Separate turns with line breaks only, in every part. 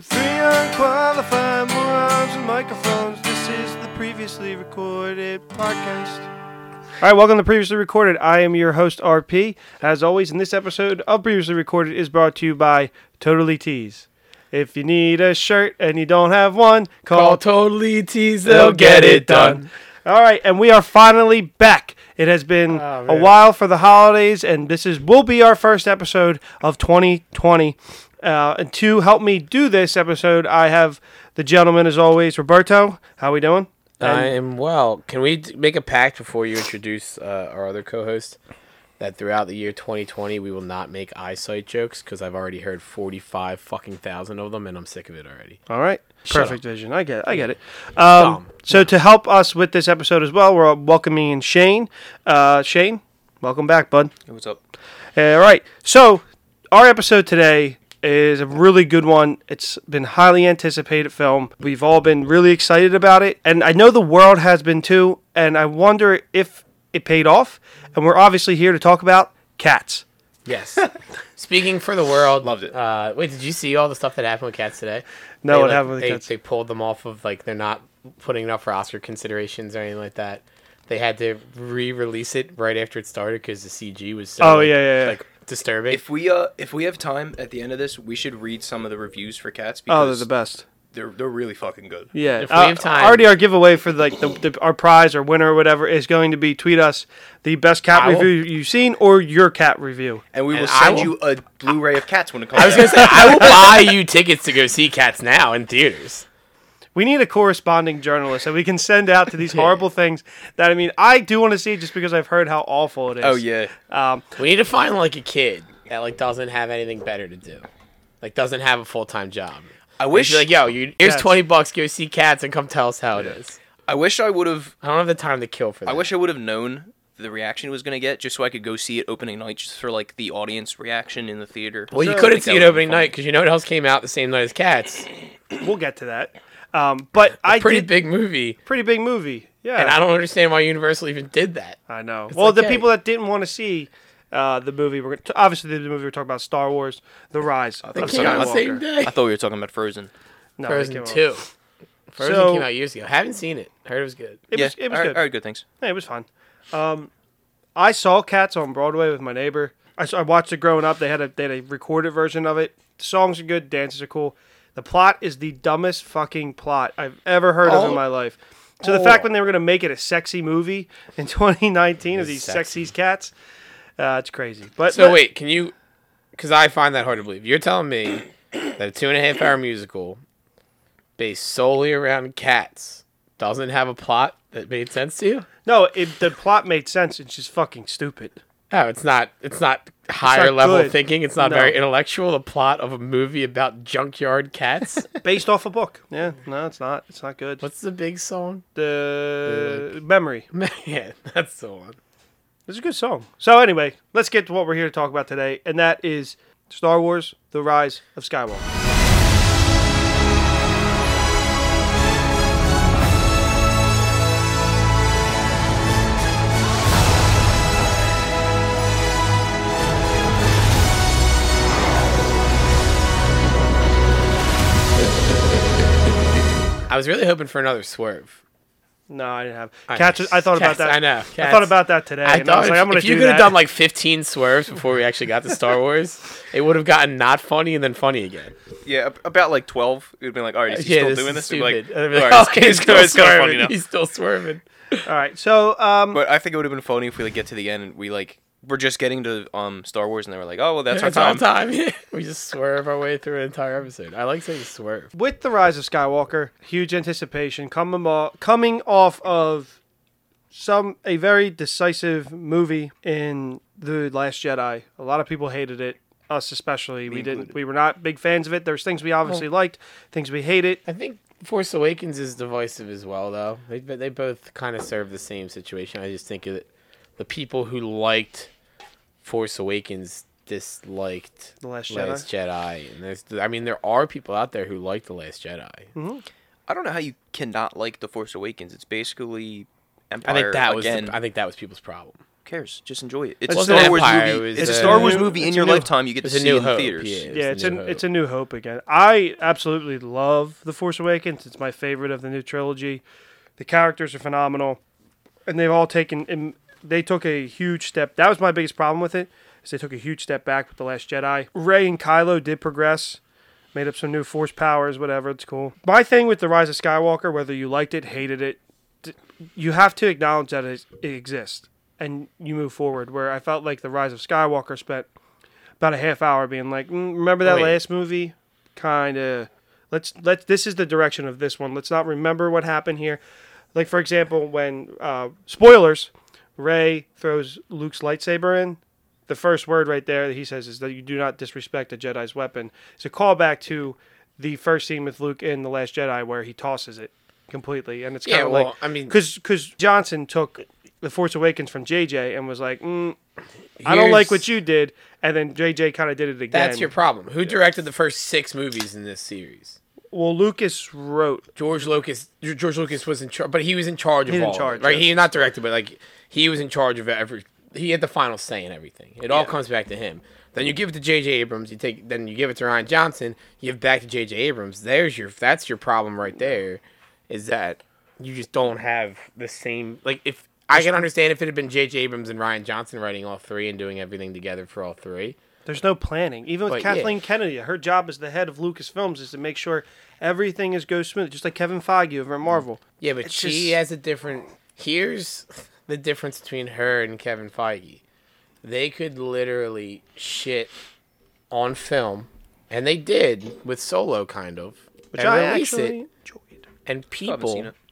Three unqualified morons with microphones. This is the previously recorded podcast. All right, welcome to Previously Recorded. I am your host, RP. As always, in this episode of Previously Recorded is brought to you by Totally Tees. If you need a shirt and you don't have one, call.
All totally teased, they'll get it done.
All right, and we are finally back. It has been
Oh,
a
man.
while for the holidays, and this is will be our first episode of 2020. Uh, and to help me do this episode, I have the gentleman, as always, Roberto. How we doing?
I am well. Can we d- make a pact before you introduce uh, our other co-host that throughout the year 2020 we will not make eyesight jokes because I've already heard 45 fucking thousand of them and I'm sick of it already.
All right.
Shut
Perfect vision. I get it. I get it.
Dumb.
So to help us with this episode as well, we're welcoming in Shane. Uh, Shane, welcome back, bud.
What's up?
All right. So our episode today is a really good one. It's been highly anticipated film. We've all been really excited about it, and I know the world has been too. And I wonder if it paid off. And we're obviously here to talk about cats.
Yes. Speaking for the world,
Loved it.
Uh, wait, did you see all the stuff that happened with cats today?
No,
They,
what
like,
happened with
they,
Cats?
They pulled them off of like they're not putting it up for Oscar considerations or anything like that. They had to re-release it right after it started because the CG was so
Oh,
like,
yeah, yeah, yeah.
like disturbing.
If we uh if we have time at the end of this, we should read some of the reviews for cats
Oh, they're
because
the best.
they're they're really fucking good.
Yeah,
If we
uh,
have time.
already our giveaway for like the, the, our prize or winner or whatever is going to be tweet us the best cat
I will-
review you've seen or your cat review.
And we will
And I
send
will-
you a Blu-ray of cats when it comes.
I was gonna say I will buy you tickets to go see Cats now in theaters.
We need a corresponding journalist that we can send out to these horrible things. That I mean, I do want to see it just because I've heard how awful it is.
Oh yeah.
Um,
We need to find like a kid that like doesn't have anything better to do, like doesn't have a full time job.
I
We should
wish
be like, yo, you, here's
Cats.
twenty bucks, go see Cats and come tell us how it is.
I wish I would have
I don't have the time to kill for that.
I wish I would have known the reaction it was gonna get just so I could go see it opening night just for like the audience reaction in the theater.
Well, you
I
couldn't
think
see
that
it
would be
opening
fun.
night because you know what else came out the same night as Cats?
we'll get to that. Um, but I
Pretty
did,
big movie,
pretty big movie. Yeah,
and I don't understand why Universal even did that.
I know. well, the
okay.
people that didn't want to see uh, the movie, we're gonna- obviously the movie we're talking about, Star Wars: The Rise of
think
It came out the same
Skywalker.
day.
I thought we were talking about Frozen.
No, they
Frozen
came out-
Two. Frozen
So-
came out years ago. haven't seen it. Heard it was good.
It
yeah.
was, it was
all right,
good.
All right, good. Thanks.
Yeah, it was fun. Um, I saw Cats on Broadway with my neighbor. I, saw, I watched it growing up. They had a they had a recorded version of it. The songs are good, dances are cool. The plot is the dumbest fucking plot I've ever heard of in
Oh.
my life. So the fact when they were gonna make it a sexy movie in 2019 of these
Sexy.
sexy cats, uh, it's crazy. But
So wait, can you? Because I find that hard to believe. You're telling me that a two and a half hour musical based solely around cats doesn't have a plot that made sense to you?
no, it, the plot made sense. It's just fucking stupid.
Oh, it's not. It's not higher
not
level
good.
thinking. It's not
No.
very intellectual. The plot of a movie about junkyard cats.
Based off a book. Yeah, no, it's not. It's not good.
What's the big song?
the memory?
Man, that's the one.
It's a good song. So anyway, let's get to what we're here to talk about today, and that is Star Wars: The Rise of Skywalker.
I was really hoping for another swerve.
No, I didn't have
I-
cats. I thought about
Cats,
that.
I know,
I
Cats.
thought about that today.
I
and I
thought
was like,
if,
I'm gonna
if you
do
could
that.
have done like 15 swerves before we actually got to Star Wars, it would have gotten not funny and then funny again.
Yeah, ab- about like twelve, it would be like, all right, is he still doing this? We'd be Like,
And I'd be
all
like,
right,
okay, Oh, he's,
it's, it's
still
kind of
swerving.
funny now.
He's still swerving.
All right. So, um,
But I think it would have been funny if we like get to the end and we like we're just getting to um Star Wars and they were like, oh well, that's
That's
our
our time.
time.
time. yeah. we just swerve our way through an entire episode. I like saying swerve.
with the Rise of Skywalker, huge anticipation coming off, coming off of some a very decisive movie in the Last Jedi. A lot of people hated it. Us especially, we didn't.
included.
We were not big fans of it. There's things we
Oh.
obviously liked, things we hated.
I think Force Awakens is divisive as well, though. They they both kind of serve the same situation. I just think that the people who liked Force Awakens disliked
The Last Jedi.
Last Jedi, and there's I mean there are people out there who like the Last Jedi.
Mm-hmm.
I don't know how you cannot like the Force Awakens. It's basically
I
Empire
think that was
again
the, I think that was people's problem.
cares? Just enjoy it. It's
Well,
a Star
it's
Wars
Empire,
movie.
it was
It's a
a-
Star Wars
It's a
movie in
new
your
hope.
lifetime. You get to
It's a
see
new
it in
hope,
theaters.
yeah.
yeah, it's
It's a
an
new
it's a new hope again. I absolutely love the Force Awakens. It's my favorite of the new trilogy. The characters are phenomenal, and they've all taken and they took a huge step. That was my biggest problem with it is they took a huge step back with the Last Jedi. Ray and Kylo did progress, made up some new Force powers, whatever. It's cool. My thing with the Rise of Skywalker, whether you liked it, hated it, d- you have to acknowledge that it it exists and you move forward. Where I felt like the Rise of Skywalker spent about a half hour being like, mm, remember that
Wait.
last movie? Kind of. Let's let this is the direction of this one. Let's not remember what happened here. Like for example, when uh, spoilers, Ray throws Luke's lightsaber in. The first word right there that he says is that you do not disrespect a Jedi's weapon. It's a callback to the first scene with Luke in the Last Jedi where he tosses it completely, and it's
Yeah,
kind of
well,
like
I mean-
because Johnson took the Force Awakens from JJ and was like, mm, I don't like
Here's-
what you did, and then JJ kind of did it again.
That's your problem. Who directed the first six movies in this series?
well, Lucas wrote
George Lucas. George Lucas was in charge, but he was in charge of
He's in
all. of it,
charge,
right?
yeah.
He not directed, but like he was in charge of every. He had the final say in everything. It all comes back to him. Then you give it to J.J. Abrams. You take. Then you give it to Ryan Johnson. You give it back to J.J. Abrams. There's your. That's your problem right there. Is that you just don't have the same like if. I can understand if it had been J.J. Abrams and Ryan Johnson writing all three and doing everything together for all three.
There's no planning. Even with
But, yeah.
Kathleen Kennedy, her job as the head of Lucasfilms is to make sure everything is goes smooth, just like Kevin Feige over at Marvel.
Yeah, but
It's
she
just-
has a different. Here's the difference between her and Kevin Feige. They could literally shit on film, and they did with Solo, kind of,
Which
and
I
release
actually
it.
enjoyed.
And people,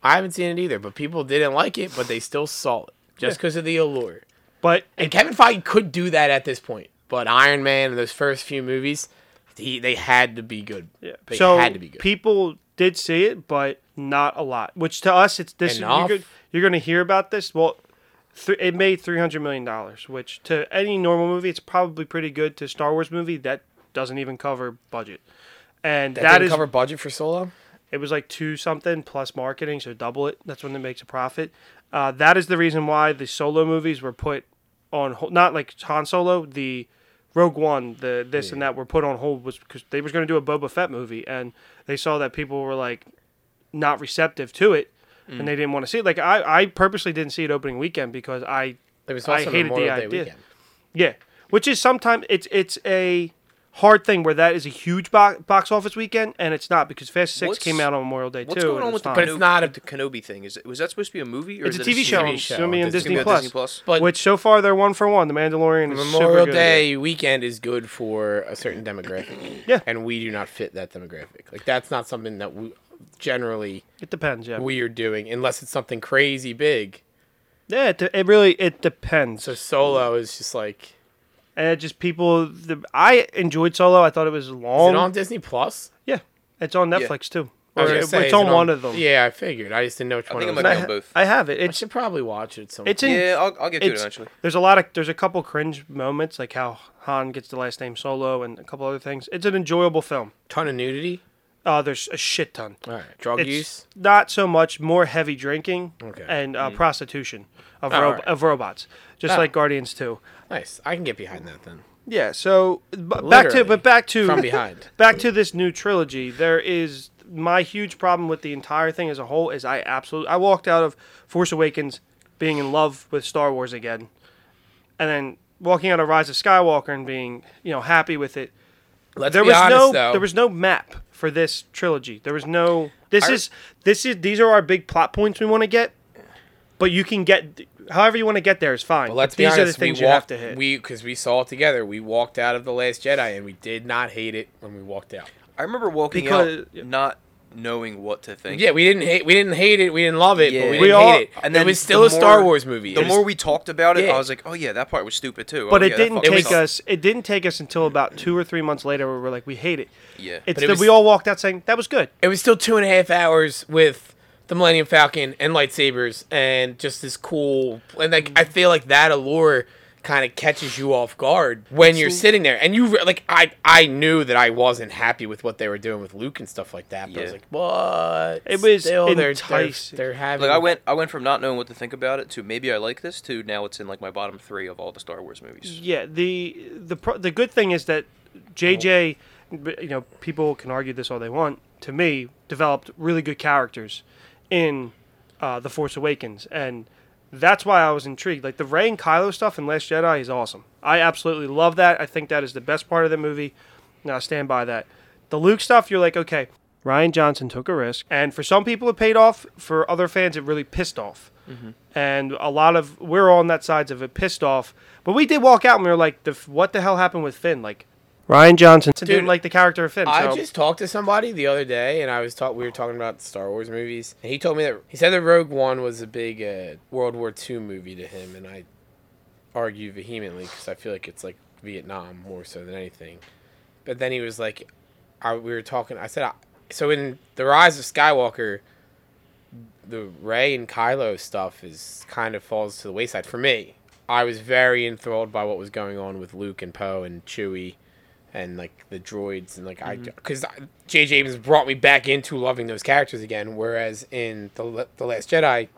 I haven't,
seen it.
seen it either, but people didn't like it, but they still saw it just because of the allure.
But
And Kevin Feige could do that at this point, but Iron Man and those first few movies, he, they had to be good.
yeah.
they
so
had to be good.
people did see it, but not a lot. Which to us, it's this. You're,
Enough.
go- you're going to hear about this. Well, th- it made three hundred million dollars, which to any normal movie, it's probably pretty good. To Star Wars movie, that doesn't even cover budget. And
that
that
didn't
is
cover budget for Solo.
It was like two something plus marketing, so double it. That's when it makes a profit. Uh, that is the reason why the solo movies were put on hold. Not like Han Solo, the Rogue One, the this and that were put on hold was because they was going to do a Boba Fett movie, and they saw that people were like not receptive to it,
Mm.
and they didn't want to see it. Like I, I purposely didn't see it opening weekend because I
It was
I
also
hated the
Memorial Day
idea.
weekend.
yeah, which is sometimes it's it's a hard thing where that is a huge box, box office weekend and it's not because Fast Six
What's-
came out on Memorial Day
What's
too.
going
and
on
it's
with the,
not.
But it's
Kenobi,
not a-
with the Kenobi thing? Is it, was that supposed to be a movie or
It's a
is it
TV show.
series?
on-
show
it's gonna be on
on
Disney
Disney
Plus.
Plus.
But-
which so far they're one for one. The Mandalorian is super
Memorial
good.
Day weekend is good for a certain demographic.
Yeah.
And we do not fit that demographic. Like that's not something that we generally
It depends. Yeah,
we are doing unless it's something crazy big.
yeah. It, it really it depends.
So solo is just like
and it just people. The, I enjoyed Solo. I thought it was
is
long.
it on Disney Plus?
Yeah, it's on Netflix too.
I was
Or
gonna
it-
say,
it's
is it
on one of them.
Yeah, I figured. I just didn't know which one.
think
it
I'm
was
And
gonna
I,
on.
on
ha-
both.
I have it.
I
It's
should probably watch it. Some.
it's in.
Yeah, I'll, I'll get to it
it's-
eventually.
There's a lot of there's a couple cringe moments like how Han gets the last name Solo and a couple other things. It's an enjoyable film.
ton of nudity.
Uh, there's a shit ton.
All right, drug
It's
use.
not so much more heavy drinking
Okay. Hmm.
and uh, prostitution of
Oh,
ro-
alright.
of robots, just
Oh.
like Guardians Two.
Nice. I can get behind that then.
Yeah. So b- back to
Literally.
but back to
From behind.
back to this new trilogy. There is my huge problem with the entire thing as a whole is I absolutely I walked out of Force Awakens being in love with Star Wars again, and then walking out of Rise of Skywalker and being you know happy with it.
Let's
There
be
was
honest
no
though.
there was no map for this trilogy. There was no this
I-
is this is these are our big plot points we want to get, but you can get however you want to get there is fine.
Let's
these
be honest.
are the things
we
you have
walked,
to hit.
We because we saw it together. We walked out of the Last Jedi and we did not hate it when we walked out.
I remember walking
Because-
out not knowing what to think.
Yeah, we didn't hate. We didn't hate it. We didn't love it. But
Yeah.
we didn't
We all-
hate it. And
then
it was
the
still a Star
more-
Wars movie.
The
It was-
more we talked about it,
Yeah.
I was like, oh yeah, that part was stupid too.
But
Oh,
it
yeah, that
didn't
fucking
take
sucked.
us. It didn't take us until about two or three months later where we're like, we hate it.
Yeah.
It's
it
that
was-
we all walked out saying that was good.
it was still two and a half hours with the Millennium Falcon and lightsabers and just this cool and like I feel like that allure kind of catches you off guard when you're sitting there and you re- like I I knew that I wasn't happy with what they were doing with Luke and stuff like that but I was
Yeah.
like what
It was
they're, they're,
enticing.
they're having
Like I went, I went from not knowing what to think about it to maybe I like this to now it's in like my bottom three of all the Star Wars movies.
Yeah, the the pro- the good thing is that JJ, but, you know, people can argue this all they want. To me, developed really good characters in uh, the Force Awakens, and that's why I was intrigued. Like the Rey and Kylo stuff in Last Jedi is awesome. I absolutely love that. I think that is the best part of the movie. Now I stand by that. The Luke stuff, you're like, okay, Ryan Johnson took a risk, and for some people it paid off. For other fans, it really pissed off and a lot of we're on that sides of it pissed off but we did walk out and we were like the, f- what the hell happened with finn like ryan johnson didn't
Dude,
like the character of finn
I
so
just talked to somebody the other day, and I was talk. We were talking about Star Wars movies, and he told me that he said that Rogue One was a big uh, World War II movie to him, and I argue vehemently because I feel like it's like Vietnam more so than anything. But then he was like, I, we were talking. I said, I, so in the Rise of Skywalker, the Ray and Kylo stuff is kind of falls to the wayside for me. I was very enthralled by what was going on with Luke and Poe and Chewie and like the droids and like I
Mm-hmm.
because J.J. Abrams brought me back into loving those characters again. Whereas in the La- the Last Jedi,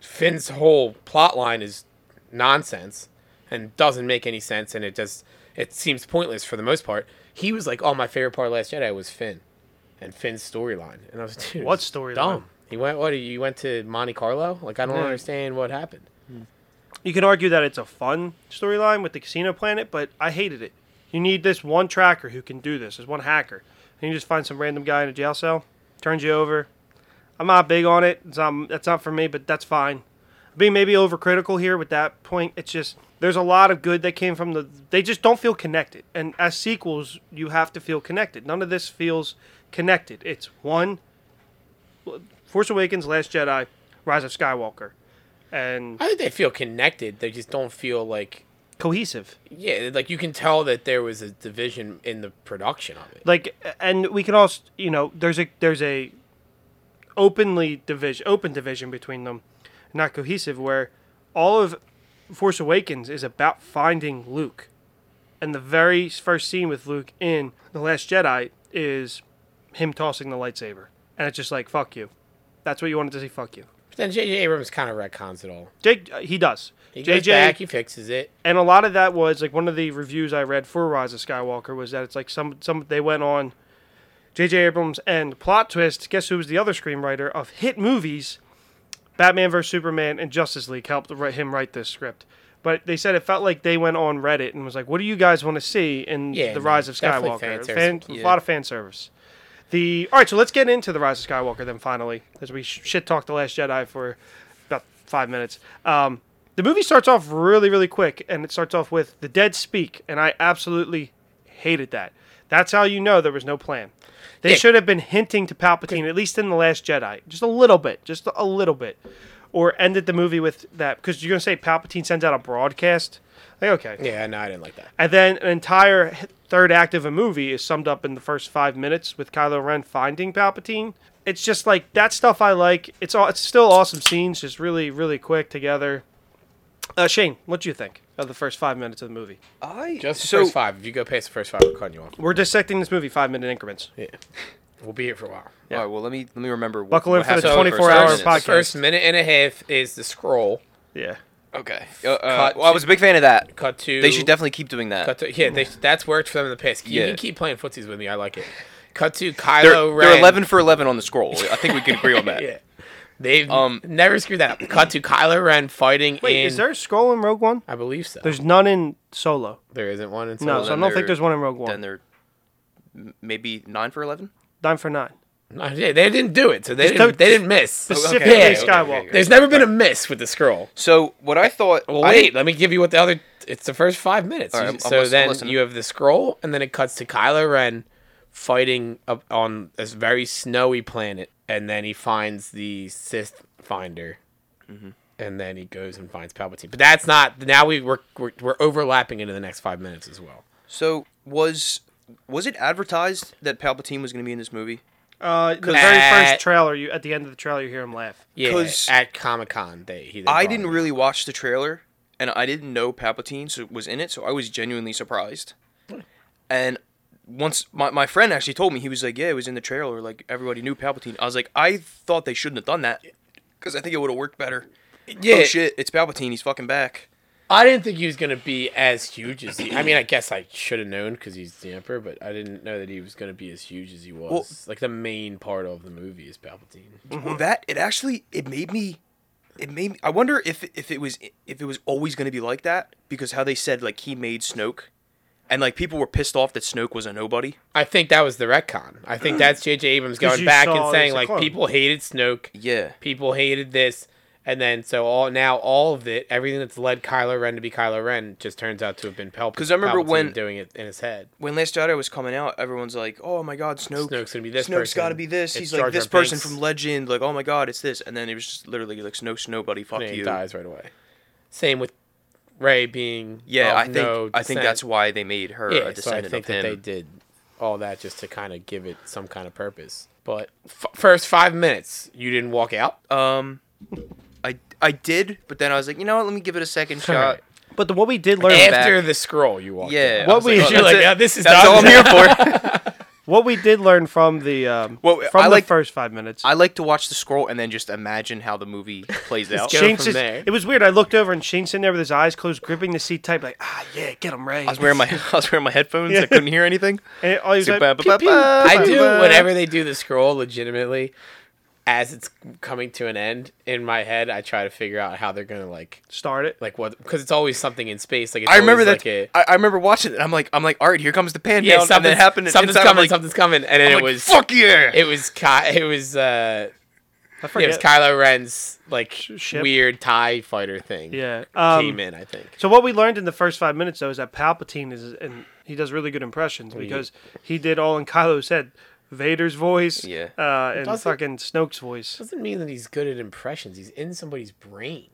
Finn's whole plot line is nonsense and doesn't make any sense, and it just it seems pointless for the most part. He was like, "Oh, my favorite part of Last Jedi was Finn." And Finn's storyline, and I was dude,
What
it's
storyline?
Dumb. He went. What? You went to Monte Carlo? Like I don't
Yeah.
understand what happened.
you can argue that it's a fun storyline with the casino planet but i hated it you need this one tracker who can do this this one hacker and you just find some random guy in a jail cell turns you over i'm not big on it it's not, that's not for me but that's fine being maybe overcritical here with that point. It's just there's a lot of good that came from the. They just don't feel connected. And as sequels, you have to feel connected. None of this feels connected. It's one, Force Awakens, Last Jedi, Rise of Skywalker, and
I think they feel connected. They just don't feel like
cohesive.
yeah. Like you can tell that there was a division in the production of it.
like and we can also you know there's a there's a openly division open division between them not cohesive where all of force awakens is about finding luke and the very first scene with luke in the last jedi is him tossing the lightsaber and it's just like fuck you that's what you wanted to see fuck you
But then J.J. Abrams kind of retcons it all.
jake he does
He goes back, he fixes it.
and a lot of that was like one of the reviews I read for Rise of Skywalker was that it's like some some they went on J.J. Abrams and plot twist. Guess who was the other screenwriter of hit movies, Batman vs Superman and Justice League helped wri- him write this script. But they said it felt like they went on Reddit and was like, "What do you guys want to see in
Yeah,
the
no,
Rise of
definitely
Skywalker?"
fan service.
Fan, A
Yeah.
lot of fan service. The all right, so let's get into the Rise of Skywalker then. Finally, as we sh- shit talk the Last Jedi for about five minutes. Um, the movie starts off really, really quick, and it starts off with the dead speak, and I absolutely hated that. That's how you know there was no plan. They
Yeah.
should have been hinting to Palpatine, at least in The Last Jedi, just a little bit, just a little bit, or ended the movie with that, because you're going to say Palpatine sends out a broadcast. Like, okay.
Yeah, no, I didn't like that.
And then an entire h- third act of a movie is summed up in the first five minutes with Kylo Ren finding Palpatine. It's just like that stuff I like. It's all it's still awesome scenes, just really, really quick together. Uh, Shane, what do you think of the first five minutes of the movie?
I
Just the
so
first five. If you go past the first five, we're cutting you off.
We're dissecting this movie five minute increments.
Yeah, we'll be here for a while.
all right. Well, let me let me remember. what-
Buckle in
what
for the
happened in
24
first
hour
five minutes.
podcast.
First minute and a half is the scroll.
Yeah,
Okay. Uh, uh,
Cut
well, I was a big fan of that.
Cut to.
They should definitely keep doing that.
cut to. Yeah, they, that's worked for them in the past. You
Yeah.
can keep playing footsies with me. I like it. Cut to Kylo
They're,
Ren.
they're eleven for eleven on the scroll. I think we can agree on that.
Yeah, they've
Um,
never screwed that up. Cut to Kylo Ren fighting
wait,
in.
is there a scroll in Rogue One?
I believe so.
There's none in Solo.
There isn't one. In
No,
Solo.
so I
then
don't think
there-
there's one in Rogue
Then
One.
they're m- maybe nine for eleven.
Nine for nine.
No, yeah, they didn't do it, so they
Just
didn't.
don't-
They didn't miss.
Specifically
Yeah,
Skywalker.
okay.
There's never been a miss with the scroll.
So what I thought.
Well,
I-
wait. let me give you what the other. It's the first five minutes.
All right,
You-
I'm- I'm
so
listen-
then
listening.
you have the scroll, and then it cuts to Kylo Ren fighting up on this very snowy planet, and then he finds the Sith Finder,
Mm-hmm.
and then he goes and finds Palpatine. But that's not. Now we we're, we're we're overlapping into the next five minutes as well.
So was was it advertised that Palpatine was going to be in this movie?
Uh, the very
At-
first trailer, you at the end of the trailer, you hear him laugh.
Yeah,
'Cause
at Comic Con they. He, they
I
brought
didn't
him.
really watch the trailer, and I didn't know Palpatine so- was in it, so I was genuinely surprised. And once my, my friend actually told me, he was like, "Yeah, it was in the trailer. Like everybody knew Palpatine." I was like, "I thought they shouldn't have done that because I think it would have worked better."
Yeah,
Oh shit! It's Palpatine. He's fucking back.
I didn't think he was gonna be as huge as he. I mean, I guess I should have known because he's the emperor, but I didn't know that he was gonna be as huge as he was.
Well-
like the main part of the movie is Palpatine.
Well, that it actually it made me. It made me. I wonder if if it was if it was always going to be like that because how they said like he made Snoke, and like people were pissed off that Snoke was a nobody.
I think that was the retcon. I think that's J.J. Abrams
'Cause
going
you
back
saw
and
it as
saying
a
like
clone.
people hated Snoke,
Yeah.
people hated this, and then so all now all of it, everything that's led Kylo Ren to be Kylo Ren, just turns out to have been Palpatine.
'Cause I remember when-
doing it in his head.
When Last Jedi was coming out, everyone's like, "Oh my God, Snoke!
Snoke's gonna be this
Snoke's got to
person.
be this.
It's
He's
Jar
like this
Jar
person
Binks."
from Legend. Like, oh my God, it's this." And then it was just literally like Snoke's nobody. Fuck
And he
you.
dies right away. Same with Ray being
Yeah,
of
I think
Oh, no
I think
descent.
that's why they made her
yeah,
a
so I
descendant
think
of him.
that they did all that just to kind of give it some kind of purpose. But f- first five minutes, you didn't walk out.
Um, I I did, but then I was like, you know what? Let me give it a second shot.
Alright.
But the, what we did learn,
After
back.
the scroll, you walked.
Yeah.
out.
I
What
what
was "Oh,
we-
we
You're
you're
that's
like,
it.
"Yeah, this is
that's all I'm here for.
what we did learn from the um,
Well,
from
I
the
like-
first five minutes.
I like to watch the scroll and then just imagine how the movie plays out.
go-
Shane's
from
just-
there.
it was weird. I looked over and Shane's sitting there with his eyes closed, gripping the seat tight, like ah yeah, get him Ray.
I was wearing my I was wearing my headphones. I couldn't hear anything.
And all he was
So
like,
ba- ba-
"Pew,
ba-
pew,
ba-
pew,
I
pew."
do
Ba-ba-ba.
whenever they do the scroll legitimately, as it's coming to an end in my head, I try to figure out how they're gonna like
Start it.
like what because it's always something in space. Like it's
I remember
always
that.
Like a,
I, I remember watching it. And I'm like, I'm like, all right, here comes the pan
yeah,
down, and
something
then it happened. and
Something's
inside, I'm
coming.
like,
something's coming, and then
I'm
it
like,
was
fuck yeah.
it was Ky- it was uh
I
it
forget.
was Kylo Ren's like
ship.
weird Tie fighter thing.
yeah. Um,
came in, I think.
So what we learned in the first five minutes though is that Palpatine is and he does really good impressions because he did all in Kylo's head. Vader's voice,
Yeah.
uh, and
Doesn't-
fucking Snoke's voice.
Doesn't mean that he's good at impressions. He's in somebody's brain.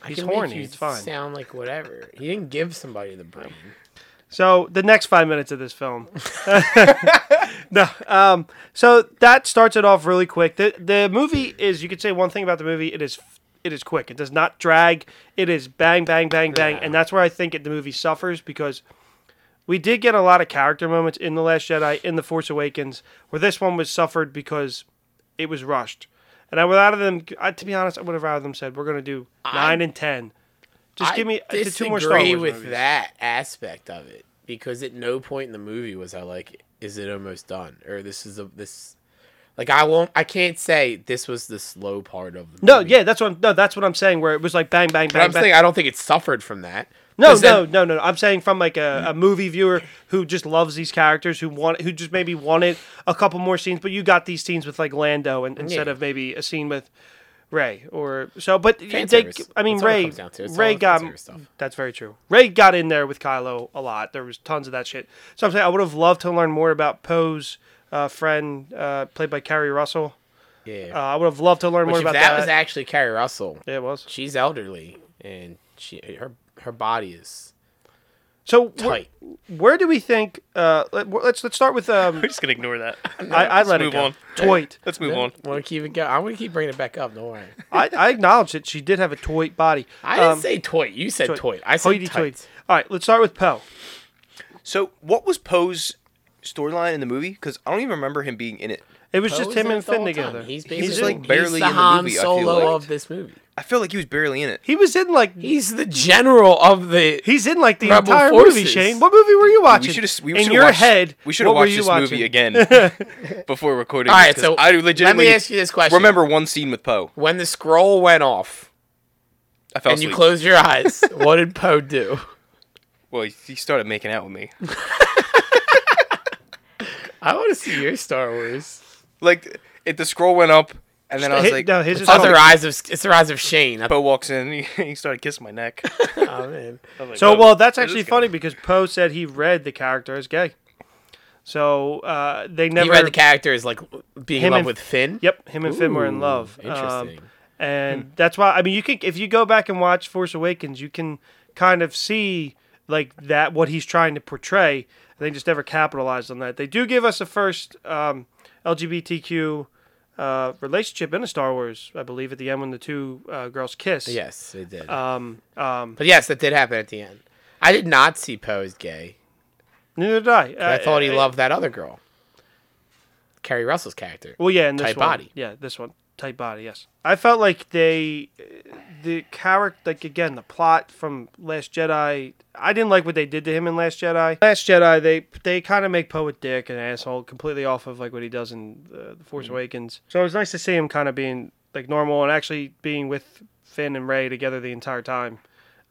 I
He's
can make
horny,
you
it's fine.
Sound like whatever. He didn't give somebody the brain.
So the next five minutes of this film, no, um, so that starts it off really quick. The the movie is you could say one thing about the movie it is it is quick. It does not drag. It is bang bang bang bang, and that's where I think it, the movie suffers because we did get a lot of character moments in the Last Jedi, in the Force Awakens, where this one was suffered because it was rushed. And I would rather them, I, to be honest, I would have rather them said we're going to do nine and ten. Just give me uh,
I
the two more Star
disagree
Wars
with
movies.
that aspect of it because at no point in the movie was I like, is it almost done or this is a this. Like I won't, I can't say this was the slow part of the
No,
movie.
yeah, that's what I'm, no, that's what I'm saying. Where it was like bang, bang,
But
bang,
I'm
bang.
saying I don't think it suffered from that.
no,
'Cause
no,
then-
no, no, no. I'm saying from like a, a
Mm.
movie viewer who just loves these characters, who want, who just maybe wanted a couple more scenes, but you got these scenes with like Lando, and, instead
Yeah.
of maybe a scene with Ray or so. But
Fan
they,
service.
I mean,
That's all it
Ray,
comes down to. It's
Ray
all fan
got
service stuff.
that's very true. Ray got in there with Kylo a lot. There was tons of that shit. So I'm saying I would have loved to learn more about Poe's uh, friend, uh, played by Carrie Russell.
yeah.
Uh, I would have loved to learn
Which
more
if
about
that, was actually Carrie Russell,
yeah, it was.
she's elderly and she her her body is
So we're-
tight.
Where do we think? Uh, let, let's let's start with. Um,
We're just gonna ignore that.
I, I let
move
it go.
on.
Toit.
Let's move on.
Want to keep it going? I want to keep bringing it back up. Don't worry.
I, I acknowledge that she did have a toit body.
I didn't say toy. You said toy. I said
Hoity
toy.
toit. All right, let's start with Poe.
So, what was Poe's storyline in the movie? Because I don't even remember him being in it.
It was just him and Finn together.
He's basically
He's
he's
like barely
the
in the
Han
movie, I feel
Solo
like.
of this movie.
I feel like he was barely in it.
he was in like
He's the general of the.
he's in like the
Rebel
entire movie.
Forces.
Shane, what movie were you watching?
We should have. We
in
should
your
watched,
head.
We should have
what were
watched
you
this
watching?
movie again before recording.
All
this,
right,
'cause
so
I
let
legitimately
me ask you this question.
remember one scene with Poe.
when the scroll went off
I fell
and
asleep.
you closed your eyes? what did Poe do?
well, he- he started making out with me.
I want to see your Star Wars.
like it, the scroll went up, and then I was
Hit-
like,
no, his is
Oh, It's the
called-
rise of it's the rise of Shane. I
Bo walks in, and he, he started kissing my neck.
oh, man.
I'm like,
So
"Oh,
well, that's
this
actually
guy."
funny because Poe said he read the character as gay. So uh, they never
He read the character as like being
Him
in love
and-
with Finn.
Yep, him and Finn were in
Ooh,
love. Um,
interesting.
and
Hmm.
that's why I mean, you can if you go back and watch Force Awakens, you can kind of see like that what he's trying to portray. They just never capitalized on that. They do give us a first um, LGBTQ uh, relationship in a Star Wars, I believe, at the end when the two uh, girls kiss.
Yes, they did.
Um, um,
but yes, that did happen at the end. I did not see Poe as gay.
neither did I. Uh,
I thought he
I-
loved that other girl, Carrie Russell's character.
Well, yeah, and this
Tight
one.
body.
Yeah, this one. Tight body, yes. I felt like they, the character, like again, the plot from Last Jedi. I didn't like what they did to him in Last Jedi. Last Jedi, they they kind of make Poe a dick and asshole, completely off of like what he does in uh, the
Mm-hmm.
Force Awakens. So it was nice to see him kind of being like normal and actually being with Finn and Ray together the entire time.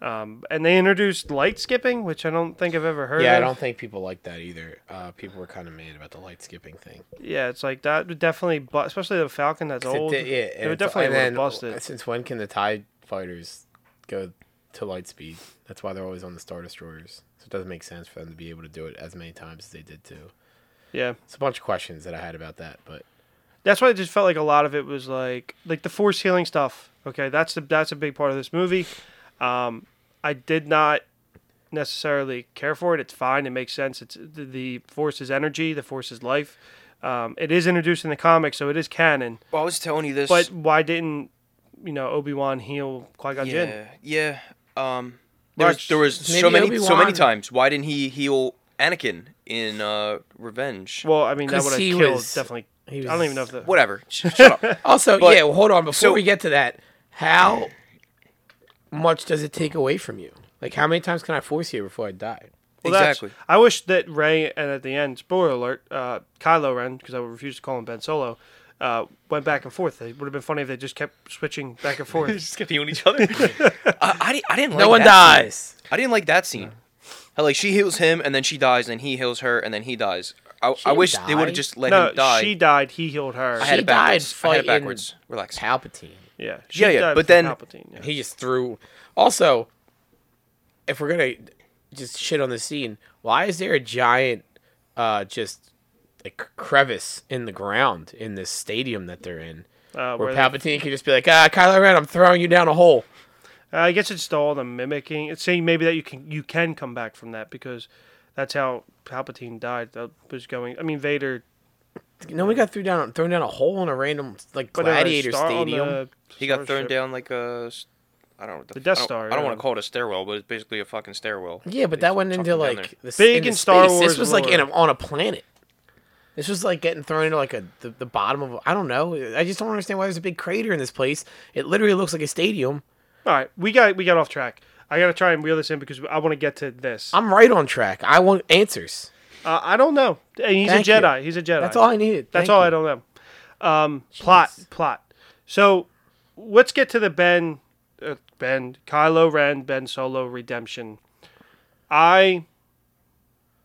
Um, and they introduced light skipping, which I don't think I've ever heard.
Yeah, I
of.
don't think people like that either. Uh, people were kind of mad about the light skipping thing.
Yeah, it's like that would definitely, bu- especially the Falcon that's old.
It, did- yeah,
it
and
would
it's-
definitely
and
would have
then,
busted.
Since when can the Tie Fighters go to light speed? That's why they're always on the Star Destroyers. So it doesn't make sense for them to be able to do it as many times as they did too.
Yeah,
It's a bunch of questions that I had about that, but
that's why I just felt like a lot of it was like like the force healing stuff. Okay, that's the that's a big part of this movie. Um, I did not necessarily care for it. It's fine. It makes sense. It's the, the force is energy. The force is life. Um, it is introduced in the comics, so it is canon.
Well, I was telling you this.
But why didn't you know Obi Wan heal Qui Gon Jinn?
yeah, yeah. Um, there
Well,
was, there was so
maybe
many so many
Obi-Wan-
times. Why didn't he heal Anakin in uh, Revenge?
Well, I mean that
'Cause
would have
he
killed
was-
definitely.
he
I don't even know
was-
if the
Whatever. Sh- Shut up.
also
But-
yeah. Well, hold on before
so-
we get to that. How much does it take away from you? Like how many times can I force you before I die?
Well, that's-
exactly.
I wish that Ray and at the end, spoiler alert, uh, Kylo Ren, because I would refuse to call him Ben Solo, uh, went back and forth. It would have been funny if they just kept switching back and forth.
Just healing each other. I, I, di- I didn't.
No
like
one
that scene.
dies.
I didn't like that scene. How, Like she heals him and then she dies, and he heals her and then he dies. I, I
didn't
wish they would
die.
have just let
no,
him die.
she died. He healed her.
I had
She
it backwards.
died
I had it
fighting-
backwards. Relax.
Palpatine.
yeah, she
Yeah, yeah,
died
but
from
then-
Palpatine, yeah.
He just threw. Also, if we're gonna just shit on the scene, why is there a giant, uh, just like crevice in the ground in this stadium that they're in,
Uh,
where
where they-
Palpatine could just be like, "Ah, Kylo Ren, I'm throwing you down a hole."
Uh, I guess it's all the mimicking. It's saying maybe that you can you can come back from that because that's how Palpatine died. That was going. I mean, Vader,
No one got threw down, thrown down a hole in a random like
but on a
gladiator
star- on
stadium.
the
He got
starship.
thrown down like a. s- I don't know.
The Death
I don't-
Star, uh,
I don't
yeah.
want to call it a stairwell, but it's basically a fucking stairwell.
yeah, but that went
chucked
into
him down
like this
Big
into
in Star
space.
Wars
This was like in a,
lore.
on a planet. This was like getting thrown into like a the, the bottom of I don't know. I just don't understand why there's a big crater in this place. It literally looks like a stadium.
All right, we got we got off track. I gotta try and reel this in because I want to get to this.
I'm right on track. I want answers.
Uh, I don't know. And He's
Thank
a
you.
Jedi. He's a Jedi.
That's all I needed.
That's
Thank
all
you.
I don't know. Um, plot, plot. So let's get to the Ben, uh, Ben, Kylo Ren, Ben Solo redemption. I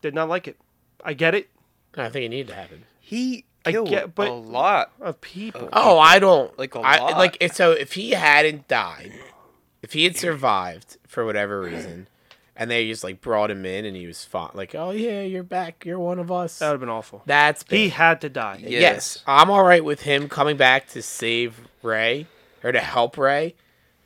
did not like it. I get it.
I think it needed to happen.
He
I
killed
get- but-
a lot.
Of people.
Oh, I don't
Like a
I-
lot.
Like if- so, if he hadn't died, if he had survived for whatever reason, and they just like brought him in and he was fine, like, oh yeah, you're back, you're one of us.
that would have been awful.
That's big.
He had to die.
Yeah.
Yes, I'm all right with him coming back to save Ray or to help Ray,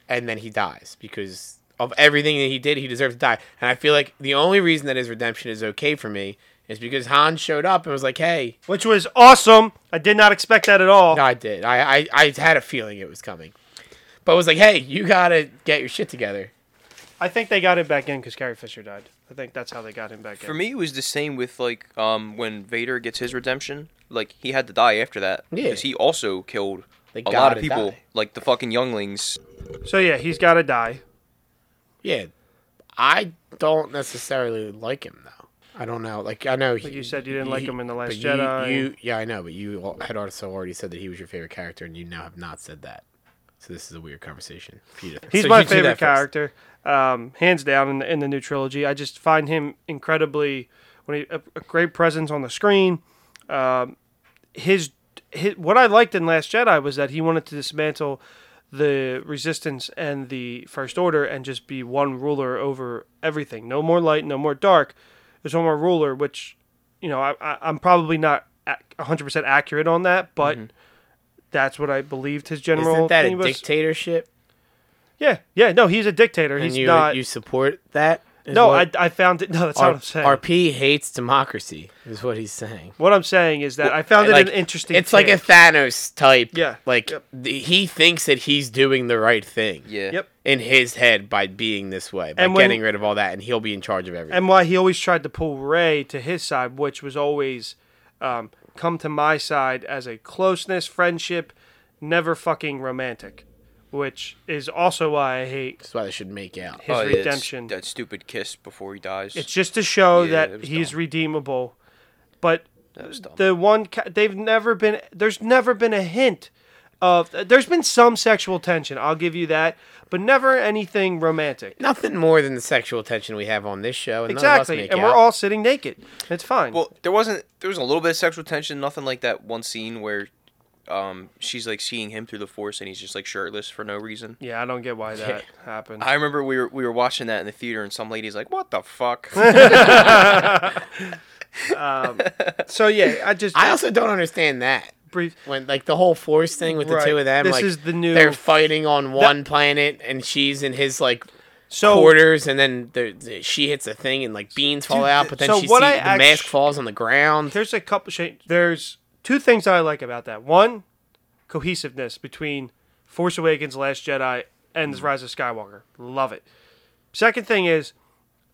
and then he dies because of everything that he did. He deserves to die, and I feel like the only reason that his redemption is okay for me is because Han showed up and was like, "Hey,
Which was awesome. I did not expect that at all.
no, I did. I I, I had a feeling it was coming, but was like, hey, you gotta get your shit together."
I think they got him back in because Carrie Fisher died. I think that's how they got him back in.
For me, it was the same with like um when Vader gets his redemption. Like he had to die after that
Yeah.
because he also killed
They
a lot
gotta
of people,
die.
like the fucking younglings.
So yeah, he's got to die.
Yeah, I don't necessarily like him though. I don't know. Like I know he,
you said you didn't like him in The Last
but you-
Jedi.
You, yeah, I know, but you al- had also already said that he was your favorite character, and you now have not said that. So this is a weird conversation. for you to-
He's
So
my
you do
favorite
that first.
character, um, hands down in the, in the new trilogy. I just find him incredibly when he, a, a great presence on the screen. Um, his, his what I liked in Last Jedi was that he wanted to dismantle the resistance and the first order and just be one ruler over everything. No more light, no more dark. There's one more ruler, which you know I, I, I'm probably not a- 100% accurate on that, but that's what I believed his general.
Mm-hmm. Isn't that a
thing was.
dictatorship?
Yeah, yeah. No, he's a dictator.
And
He's
you
not.
you support that? is
no,
what-
I, I found it. No, that's not
R-
what I'm saying.
RP hates democracy, is what he's saying.
what I'm saying is that I found it an interesting.
It's like a
take.
Thanos type.
Yeah,
Like
yep.
th- he thinks that he's doing the right thing.
Yeah.
yep.
In his head, by being this way, by
And when-
getting rid of all that, and he'll be in charge of everything.
and why he always tried to pull Ray to his side, which was always um, come to my side as a closeness, friendship, never fucking romantic, which is also why I hate.
That's why they should make out.
His
Oh, yeah, it's
redemption.
That stupid kiss before he dies.
It's just to show
Yeah, it
that
was
he's
dumb.
redeemable, but
that was dumb.
the one ca- they've never been. There's never been a hint of. There's been some sexual tension. I'll give you that, but never anything romantic.
Nothing more than the sexual tension we have on this show. and none of us
Exactly,
make
and we're
out.
all sitting naked. It's fine.
Well, there wasn't. There was a little bit of sexual tension. Nothing like that one scene where, um, she's like seeing him through the force, and he's just like shirtless for no reason.
yeah, I don't get why that happened.
I remember we were we were watching that in the theater, and some lady's like, "What the fuck?"
so yeah, I just
I also don't understand that.
brief.
When like the whole force thing with the
Right.
two of them,
This
like
is the new-
they're fighting on one planet, and she's in his like
So
quarters, and then the, the- she hits a thing, and like beans fall
Dude,
out,
th-
but then
so
she
what
see,
I
the
act-
mask falls on the ground.
Um, there's a couple. Sh- there's two things I like about that. One, cohesiveness between Force Awakens, Last Jedi, and The Rise of Skywalker. Love it. Second thing is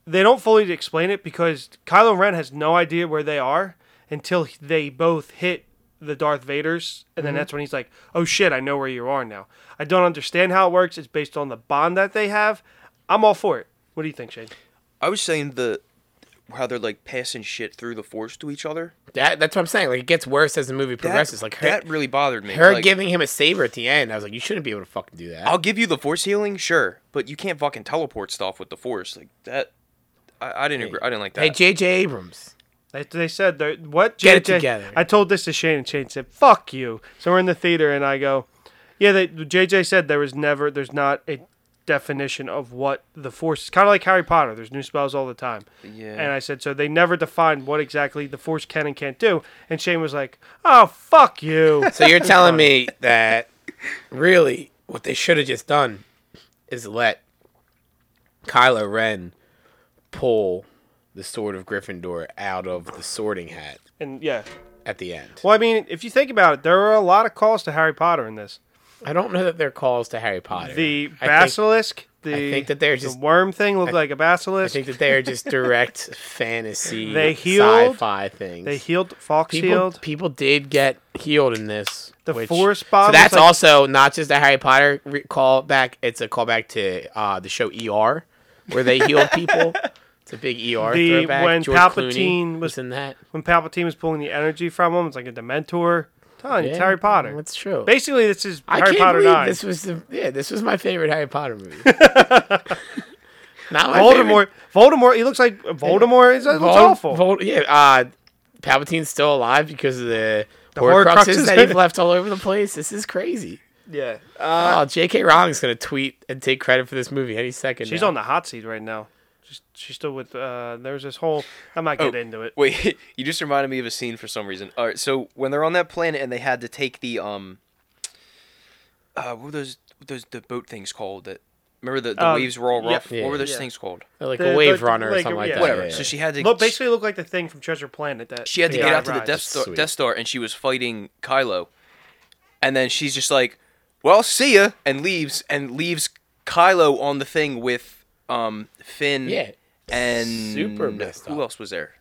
they don't fully explain it because Kylo Ren has no idea where they are until he- they both hit the Darth Vaders, and then that's when he's like, "Oh shit, I know where you are now." I don't understand how it works. It's based on the bond that they have. I'm all for it. What do you think, Shane?
I was saying the how they're like passing shit through the force to each other.
That, that's what I'm saying. Like it gets worse as the movie
That,
progresses. like her,
that really bothered me.
her
Like,
giving him a saber at the end. I was like, you shouldn't be able to fucking do that.
I'll give you the force healing, sure, but you can't fucking teleport stuff with the force like that. I, I didn't agree. I didn't like that.
hey, J.J. Abrams.
They, they said they're- what?
Get it
JJ
together.
I told this to Shane, and Shane said, "Fuck you." So we're in the theater, and I go, "Yeah." They, JJ said there was never, there's not a definition of what the force. It's kind of like Harry Potter. There's new spells all the time.
Yeah.
And I said, so they never defined what exactly the force can and can't do. And Shane was like, "Oh, fuck you."
So you're telling me that really what they should have just done is let Kylo Ren pull the sword of Gryffindor out of the sorting hat
and yeah.
at the end.
Well, I mean, if you think about it, there were a lot of calls to Harry Potter in this.
I don't know that they're calls to Harry Potter.
The
I think,
basilisk, the
think that they're
the
just-
worm thing looked like a
I
basilisk.
think that they're just direct fantasy,
They healed.
sci-fi things.
they healed, fox
people,
healed.
People did get healed in this.
The
which-
force bond
So
was
that's
like-
also not just a Harry Potter re- callback. It's a callback to uh, the show ER, where they healed people. It's a big ER
The-
throwback.
when
George
Palpatine
Clooney
was-
was in that.
when Palpatine was pulling the energy from him. It's like a Dementor. Ton, it's
Yeah,
Harry Potter.
That's true.
Basically, this is
I
Harry
can't
Potter
believe
9.
this was the yeah. This was my favorite Harry Potter movie. not my
Voldemort, Voldemort, he looks like Voldemort. It's, it's
Vol-
awful.
Vol- yeah, uh, Palpatine's still alive because of the,
Horcruxes.
Horcruxes that he left all over the place. This is crazy.
yeah.
oh, J.K. Rowling's gonna tweet and take credit for this movie any second.
She's
now.
on the hot seat right now. She's, she's still with, uh, there's this whole, I'm not
Oh,
getting into it.
Wait, you just reminded me of a scene for some reason. All right, so when they're on that planet and they had to take the um, uh, what were those those the boat things called? That remember the, the
Um,
waves were all
yeah.
rough.
Yeah.
what were those
Yeah.
things called?
like
the-
a wave
the-
runner or
like,
something like
yeah.
that.
Whatever.
yeah, yeah.
So she had to
Look, basically looked like the thing from Treasure Planet. That
she had to
that
get
guy
out to the
rides.
Death Star,
Sweet.
Death Star, and she was fighting Kylo, and then she's just like, "Well, see ya," and leaves, and leaves Kylo on the thing with um Finn.
Yeah.
and
Super messed up.
Who else was there?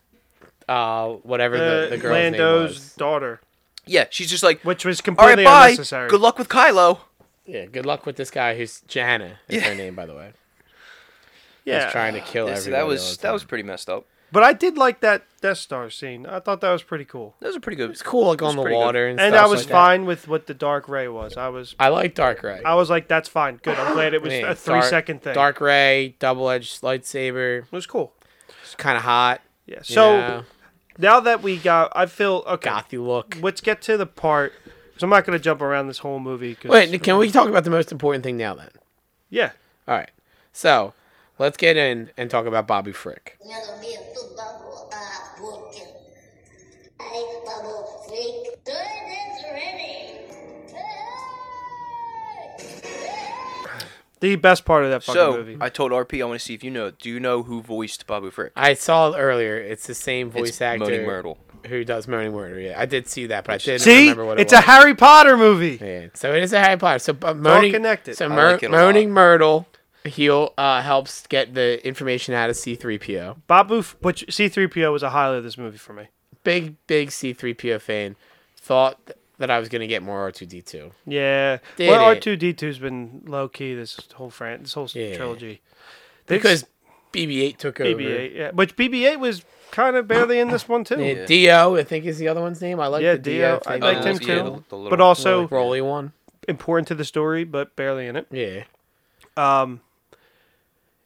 uh, whatever
Uh,
the, the girl's name
Lando's
was.
daughter,
Yeah, she's just like,
which was
"All right,
completely
bye.
unnecessary.
Good luck with Kylo."
Yeah, good luck with this guy who's Johanna. Is
Yeah.
her name by the way?
Yeah.
He's trying to kill
Yeah, so
everybody.
that
all
was
the
that
time.
was pretty messed up.
But I did like that Death Star scene. I thought that was pretty cool.
That was a pretty good.
It's cool, like
was
on the
pretty good.
water and,
And
stuff
I was
like that.
fine with what the Dark Ray was. I was
I like Dark Ray.
I was like, that's fine. Good. I'm glad it was
Man,
a three second
dark-
thing.
Dark Ray, double edged lightsaber.
It was cool.
It's kind of hot.
Yeah.
you
So
know,
now that we got, I feel okay.
gothy look.
Let's get to the part. Because I'm not going to jump around this whole movie. 'cause-
Wait, can we talk about the most important thing now then?
Yeah.
All right. So let's get in and talk about Bobby Frick.
You're gonna be a football uh, working. I bubble freak. Good is ready. Hey! Hey!
The best part of that fucking
So
movie.
I told RP I want to see if you know. Do you know who voiced Babu Frick?
I saw it earlier. It's the same voice
It's
actor
Moaning Myrtle.
who does Moaning Myrtle. Yeah, I did see that, but I didn't
See,
remember what it
it's a
was.
Harry Potter movie.
Yeah, so it is a Harry Potter. So uh, Moaning
connected.
So
I
Mur-
like it a lot.
Moaning Myrtle, he'll uh, helps get the information out of C-3PO.
Babu, which C-3PO was a highlight of this movie for me.
Big big C-3PO fan. Thought th- that I was gonna get more R2D2.
Yeah.
Did
well,
it.
R2D2's been low key this whole fran- this whole
Yeah.
trilogy. They
Because
just-
BB-8 took over.
BB-8, yeah, which BB-8 was kind of barely in this one too.
Yeah, Dio, I think is the other one's name. I like
Yeah,
the Dio.
Dio, I
thing.
liked
Oh,
him
yeah,
too,
the- the little-
but also
Like Rolly one.
important to the story, but barely in it.
Yeah.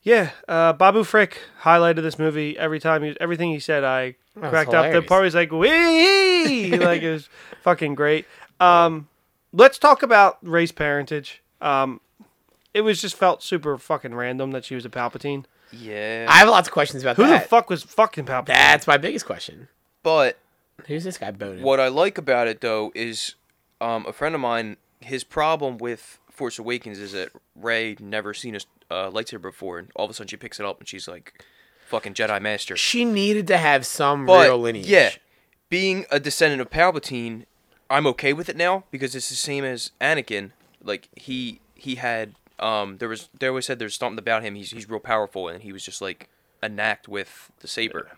Yeah, uh, Babu Frick highlighted this movie every time. He, everything he said, I
was
cracked up. The
hilarious.
part where he's like, "Wee!" like it was fucking great. Um, let's talk about race parentage. Um, it was just felt super fucking random that she was a Palpatine.
Yeah.
I have lots of questions about
Who
that.
the fuck was fucking Palpatine?
That's my biggest question.
but
Who's this guy Bonin?
what I like about it though is um, a friend of mine. His problem with Force Awakens is that Ray never seen a s- uh, lightsaber before, and all of a sudden she picks it up and she's like, "Fucking Jedi Master."
She needed to have some
But
real lineage.
yeah, being a descendant of Palpatine, I'm okay with it now because it's the same as Anakin. Like he he had um there was there was said there's something about him. He's he's real powerful and he was just like a knacked with the saber.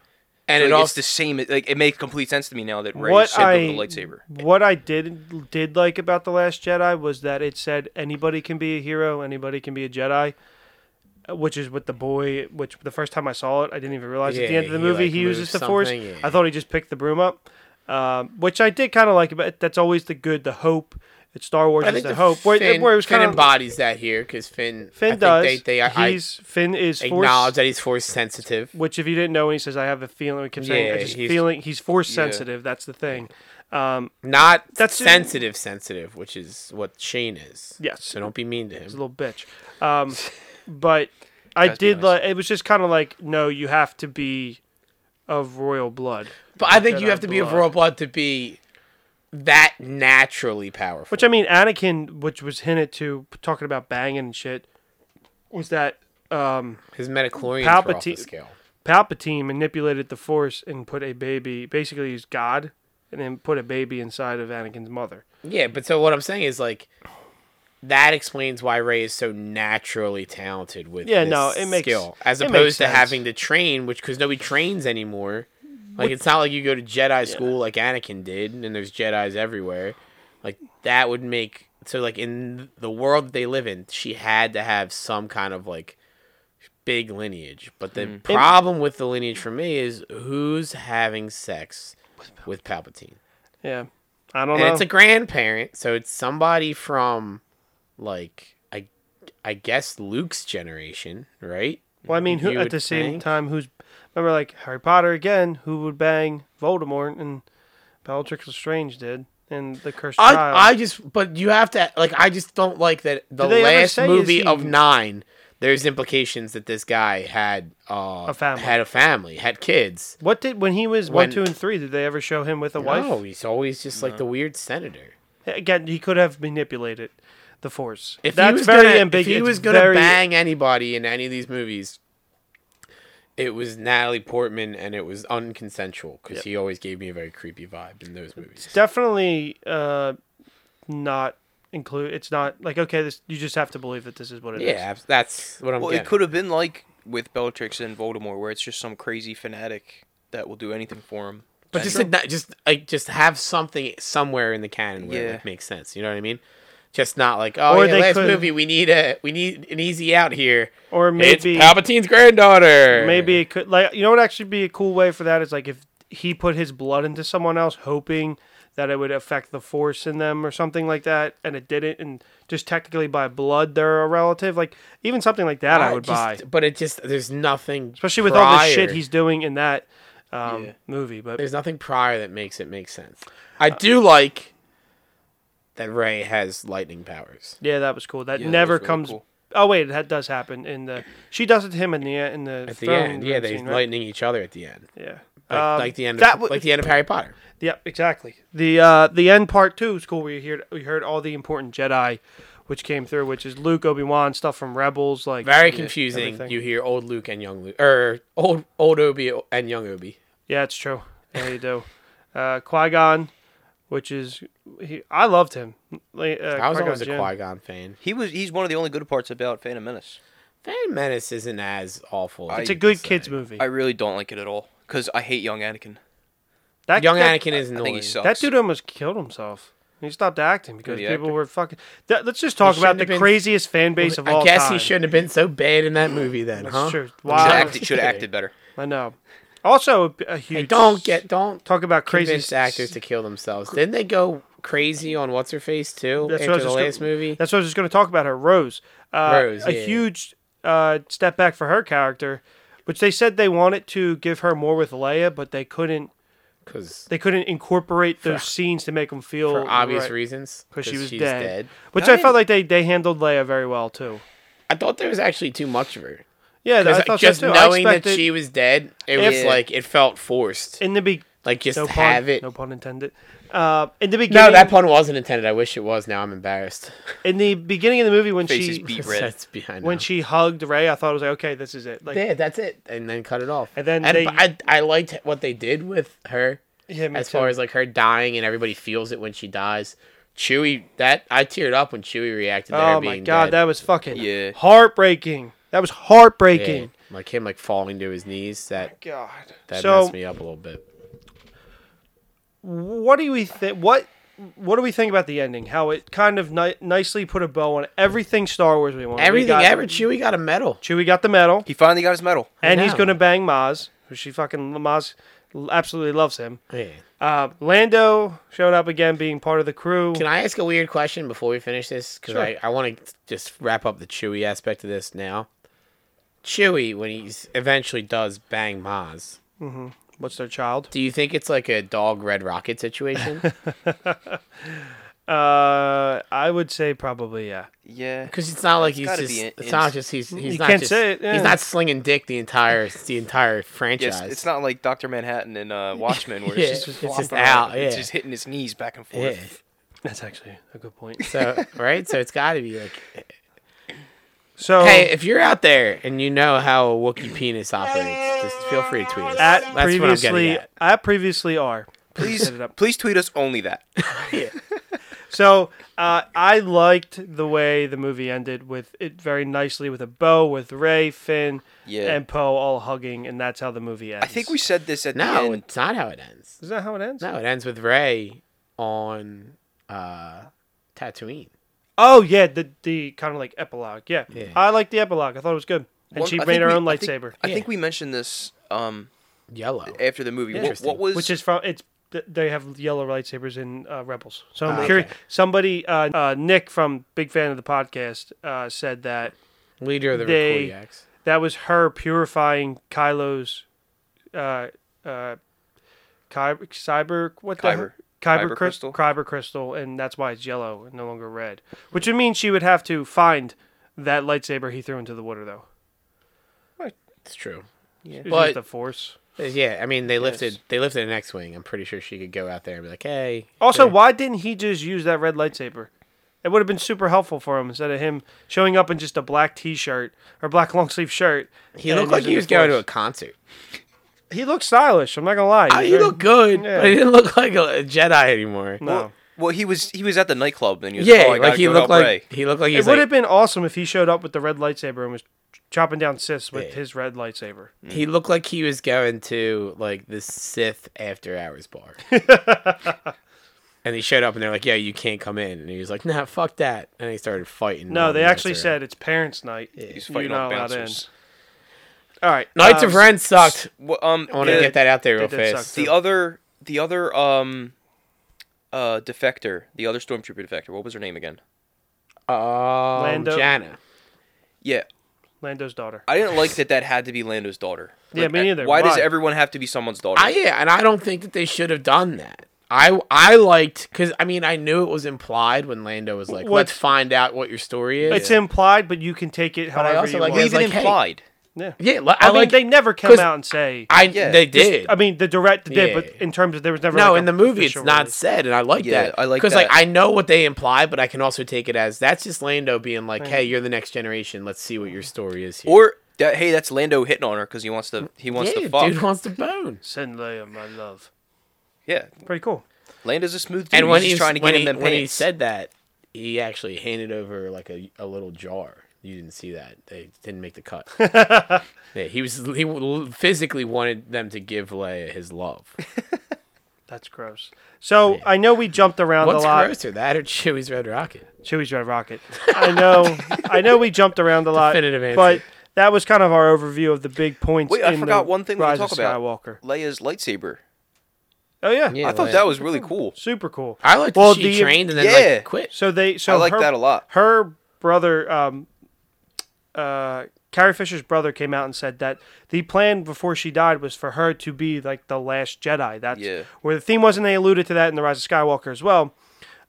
And
So,
it
like,
also
it's the same. Like it makes complete sense to me now that Ray
What
sent over the
I-
lightsaber.
What I did did like about the Last Jedi was that it said anybody can be a hero, anybody can be a Jedi, which is what the boy. Which the first time I saw it, I didn't even realize at the
Yeah,
end of the
he,
movie
like,
he uses
moves
the Force.
something, yeah.
I thought he just picked the broom up, um, which I did kind of like. But that's always the good, the hope. It's Star Wars
I
is
think
the,
the
hope. Where,
Finn,
where it was
Finn
kind of
embodies that here because Finn. I
Finn
think
does.
They, they I,
he's Finn is
I
force.
acknowledge that he's force sensitive.
Which, if you didn't know, when he says, "I have a feeling," we kept saying, "I
Yeah,
just
he's-
feeling." He's force sensitive. That's the thing.
Not
That's-
that's sensitive, sensitive, which is what Shane is.
Yes.
So don't be mean to him.
a little bitch. Um, but I
Guys, be
did
nice.
like it was just kind of like no, you have to be of royal blood,
but I think you
Jedi
have to be of
blood.
royal blood to be that naturally powerful.
which I mean, Anakin, which was hinted to talking about banging and shit, was that um,
his metachlorians Palpatine. off the
Palpatine-
scale.
Palpatine manipulated the Force and put a baby, basically he's God, and then put a baby inside of Anakin's mother.
Yeah, but so what I'm saying is like that explains why Ray is so naturally talented with
Yeah,
this
no, it makes-
skill as
it makes
opposed to
sense.
having to train, which because nobody trains anymore. Like it's not like you go to Jedi school like Anakin did, and there's Jedi's everywhere. Like that would make so like in the world that they live in, she had to have some kind of like big lineage. But the problem with the lineage for me is who's having sex with Palpatine
Yeah, I don't
and
know.
it's a grandparent, so it's somebody from like I I guess Luke's generation, right?
well, I mean, who,
you
at
would
the same
think.
time, who's remember like Harry Potter again? Who would bang Voldemort and Bellatrix Lestrange did. And the cursed child.
I, I just but you have to like I just don't like that the
Did they ever
last
say is
movie
he-
of 9 there's implications that this guy had uh
A family.
had a family, had kids.
What did when he was one,
When-
two, and three? Did they ever show him with a
No,
wife?
he's always just like the weird senator.
Again, he could have manipulated the force.
If
That's
he was
very
gonna,
ambiguous.
If he
It's
was gonna
very-
bang anybody in any of these movies, it was Natalie Portman, and it was unconsensual because he always gave me a very creepy vibe in those movies.
definitely uh, not include. It's not like okay, this you just have to believe that this is what it is.
Yeah, abs- that's what I'm.
Well,
getting.
it could have been like with Bellatrix and Voldemort, where it's just some crazy fanatic that will do anything for him.
but just igni- just like just have something somewhere in the canon where it
Yeah.
like, makes sense. You know what I mean? Just not like oh
Or
yeah,
they
last
could-
movie we need a we need an easy out here.
Or maybe
it's Palpatine's granddaughter.
maybe it could like you know what actually be a cool way for that is like if he put his blood into someone else, hoping that it would affect the force in them or something like that, and it didn't, and just technically by blood they're a relative. Like even something like that, I, would buy.
just, But it just there's nothing
especially with all the shit
prior.
he's doing in that um, movie. But
There's nothing prior that makes it make sense. I
Uh,
do like that Ray has lightning powers.
yeah, that was cool. That
that
never
was really
comes.
cool.
Oh wait, that does happen in the. She does it to him in the in the
At the
throne
end, yeah,
room
they
scene, right?
lightning each other at the end.
Yeah,
Like,
Um,
like the end of
that would-
like the end of Harry Potter.
Yep, exactly. The uh, the end part two is cool. We heard we heard all the important Jedi, which came through, which is Luke, Obi Wan, stuff from Rebels, like
Very confusing.
everything.
You hear old Luke and young Luke, or old old Obi and young Obi.
Yeah, it's true. Yeah, you do. Uh, Qui Gon, which is he, I loved him. La- Uh,
I was
Qui-Gon
always a
Jinn.
Qui Gon fan.
He was he's one of the only good parts about Phantom Menace.
Phantom Menace isn't as awful. as
It's a
people
good
say.
kids movie.
I really don't like it at all because I hate young Anakin.
that
Young
that,
Anakin is
I think he
annoying.
sucks.
That dude almost killed himself. He stopped acting because
the
people
actor?
were fucking. That, let's just talk about
shouldn't
the
have been-
craziest fan base of all
I guess
time.
he shouldn't have been so bad in that movie then,
That's
huh?
true.
should
Wow.
have acted, should have acted better.
I know. Also, a- a huge.
Hey, don't get don't
talk about
crazy
crazy
convince actors to kill themselves. Didn't they go crazy on what's her face too
That's what I was
after the
just gonna-
last movie?
That's what I was just going to talk about. Her Rose, uh,
Rose,
a
yeah.
huge uh, step back for her character, which they said they wanted to give her more with Leia, but they couldn't.
Because
They couldn't incorporate those scenes to make them feel
for obvious
Oh, right,
reasons,
because she was
she's
dead.
dead.
Which
No,
I
yeah.
felt like they they handled Leia very well too.
I thought there was actually too much of her.
Yeah, I
Because
thought
just
so too.
knowing
I
that
expected
she was dead, it was
Yeah.
like it felt forced.
in the be
Like just
no pun,
have it.
no pun intended. Uh, in the beginning,
No, that pun wasn't intended. I wish it was. Now I'm embarrassed.
in the beginning of the movie when
Face is
she
beat red.
That's behind.
when she hugged Ray, I thought it was like okay, this is it. Like
yeah, that's it, and then cut it off.
And then they-
I I liked what they did with her
yeah, me
as
too.
far as like her dying and everybody feels it when she dies. Chewie, that I teared up when Chewie reacted to
oh my
her being
god,
dead.
that was fucking
Yeah.
heartbreaking. That was
Yeah,
heartbreaking.
like him like falling to his knees. That
God.
that
so
messed me up a little bit.
what do we think? What what do we think about the ending? How it kind of ni- nicely put a bow on everything Star Wars we wanted. We
Everything
got-
ever Chewie got a medal.
Chewie got the medal.
He finally got his medal.
and he's
know.
gonna bang Maz, who she fucking Maz absolutely loves him.
Yeah.
Uh, Lando showed up again, being part of the crew.
Can I ask a weird question before we finish this? Because
Sure.
I, I want to just wrap up the Chewie aspect of this now. Chewie, when he eventually does bang Maz,
What's their child?
do you think it's like a dog Red Rocket situation?
Uh, I would say probably yeah.
Yeah.
Because it's not like he's
gotta
just.
be in-
it's not just he's. He's
You
not
can't
just,
say it, yeah.
He's not slinging dick the entire the entire franchise.
Yes, it's not like Doctor Manhattan and uh, Watchmen where
Yeah,
it's just,
it's
flopping
just
around.
out,
It's
yeah.
just hitting his knees back and
Yeah.
forth.
That's actually a good point.
So right, so it's got to be like,
So
hey, if you're out there and you know how a Wookiee penis operates, just feel free to tweet us.
at
what I'm getting
previously,
at.
at previously are.
Please,
Set it up.
please tweet us only that.
So uh, I liked the way the movie ended with it very nicely with a bow with Ray, Finn,
Yeah.
and Poe all hugging, and that's how the movie ends.
I think we said this at the
No,
end.
it's not how it ends.
is that how it ends.
No, it ends with Ray on uh, Tatooine.
Oh yeah, the the kind of like epilogue. Yeah,
Yeah.
I like the epilogue. I thought it was good, and
One-
she
I think
made her
we-
own
I think-
lightsaber,
I think we mentioned this um,
Yellow.
after the movie. What,
Interesting.
what was
which is from it's. th- They have yellow lightsabers in uh, Rebels, so I'm
Ah,
curious.
okay.
Somebody, uh, uh, Nick from Big Fan of the Podcast, uh, said that
Leader of the
They-
Rekordiaks.
that was her purifying Kylo's, uh, uh, kyber, cyber what the
Kyber.
Kyber,
Kyber
crys-
crystal.
Kyber crystal, and that's why it's yellow and no longer red. Which would mean she would have to find that lightsaber he threw into the water, though.
It's true.
She's
But-
the Force.
Yeah, I mean they lifted
Yes.
they lifted an X-wing. I'm pretty sure she could go out there and be like, "Hey."
Also,
hey.
why didn't he just use that red lightsaber? It would have been super helpful for him instead of him showing up in just a black T-shirt or black long sleeve shirt.
he
and
looked like
using
he
the
was going to a
Force.
concert.
He looked stylish. I'm not gonna lie.
Oh, he looked good,
Yeah.
but he didn't look like a, a Jedi anymore.
No.
Well, he was he was at the nightclub and he was
Yeah,
oh, I
like
gotta
he
go
looked
help
like
Ray.
he looked like he
it
was
would
like,
have been awesome if he showed up with the red lightsaber and was ch- chopping down Siths with
Yeah.
his red lightsaber.
he looked like he was going to like the Sith after hours bar. and he showed up and they're like, "Yeah, you can't come in." And he was like, "Nah, fuck that." And he started fighting.
No,
on
they
the
actually
bouncer.
said it's parents' night.
He's
You're
fighting
not
on
allowed in.
bouncers.
All right,
Knights
um,
of Ren sucked.
Well, um,
I want to
the,
get that out there real
did suck,
fast.
too.
the other the other um uh defector, the other stormtrooper defector. What was her name again?
Um,
Lando.
Janna.
Yeah,
Lando's daughter.
I didn't like that. That had to be Lando's daughter.
Yeah,
Like,
me
I-
neither.
Why, does
Why?
everyone have to be someone's daughter?
I yeah, and I don't think that they should have done that. I I liked because I mean I knew it was implied when Lando was like,
What's-
"Let's find out what your story is."
It's implied, but you can take it
I
however
also
you
like
want.
these-
Leave it
like, hey.
implied.
Yeah.
Yeah, li-
I,
I
mean,
like-
they never came
'cause
out and say.
I
Yeah.
they
Just-
did.
I mean, the direct did,
Yeah.
but in terms of there was never.
no,
like,
in
a
the movie it's
official
not
release.
said, and I like
Yeah,
that.
I like
because like
that.
I know what they imply, but I can also take it as that's just Lando being like, "Hey, you're the next generation. Let's see what your story is." Here.
Or that, hey, that's Lando hitting on her because he wants to. He wants
yeah,
to fuck.
dude wants to bone.
Send
oh,
Leia my love.
yeah,
Pretty cool.
Lando's a smooth dude.
and when he
he's, just trying to
when
get
he,
him them
when he
pants.
said that, he actually handed over like a, a little jar. You didn't see that. They didn't make the cut. yeah, he was he w- physically wanted them to give Leia his love.
That's gross. So I know we jumped around
What's
a lot.
grosser, that or Chewie's Red Rocket?
Chewie's Red Rocket. I know. I know we jumped around a lot,
Definitive answer.
but that was kind of our overview of the big points.
Wait, I
in
forgot
the
one thing we
Rise
didn't talk
of
about.
Skywalker.
Leia's lightsaber.
Oh yeah,
Yeah.
I thought
Leia.
that was really cool.
super cool.
I like
Well,
that she
the-
trained and then
Yeah.
like quit.
So they so
I like
her-
that a lot.
Her brother, um, uh, Carrie Fisher's brother, came out and said that the plan before she died was for her to be like the last Jedi. That's
Yeah.
where the theme was, and they alluded to that in the Rise of Skywalker as well.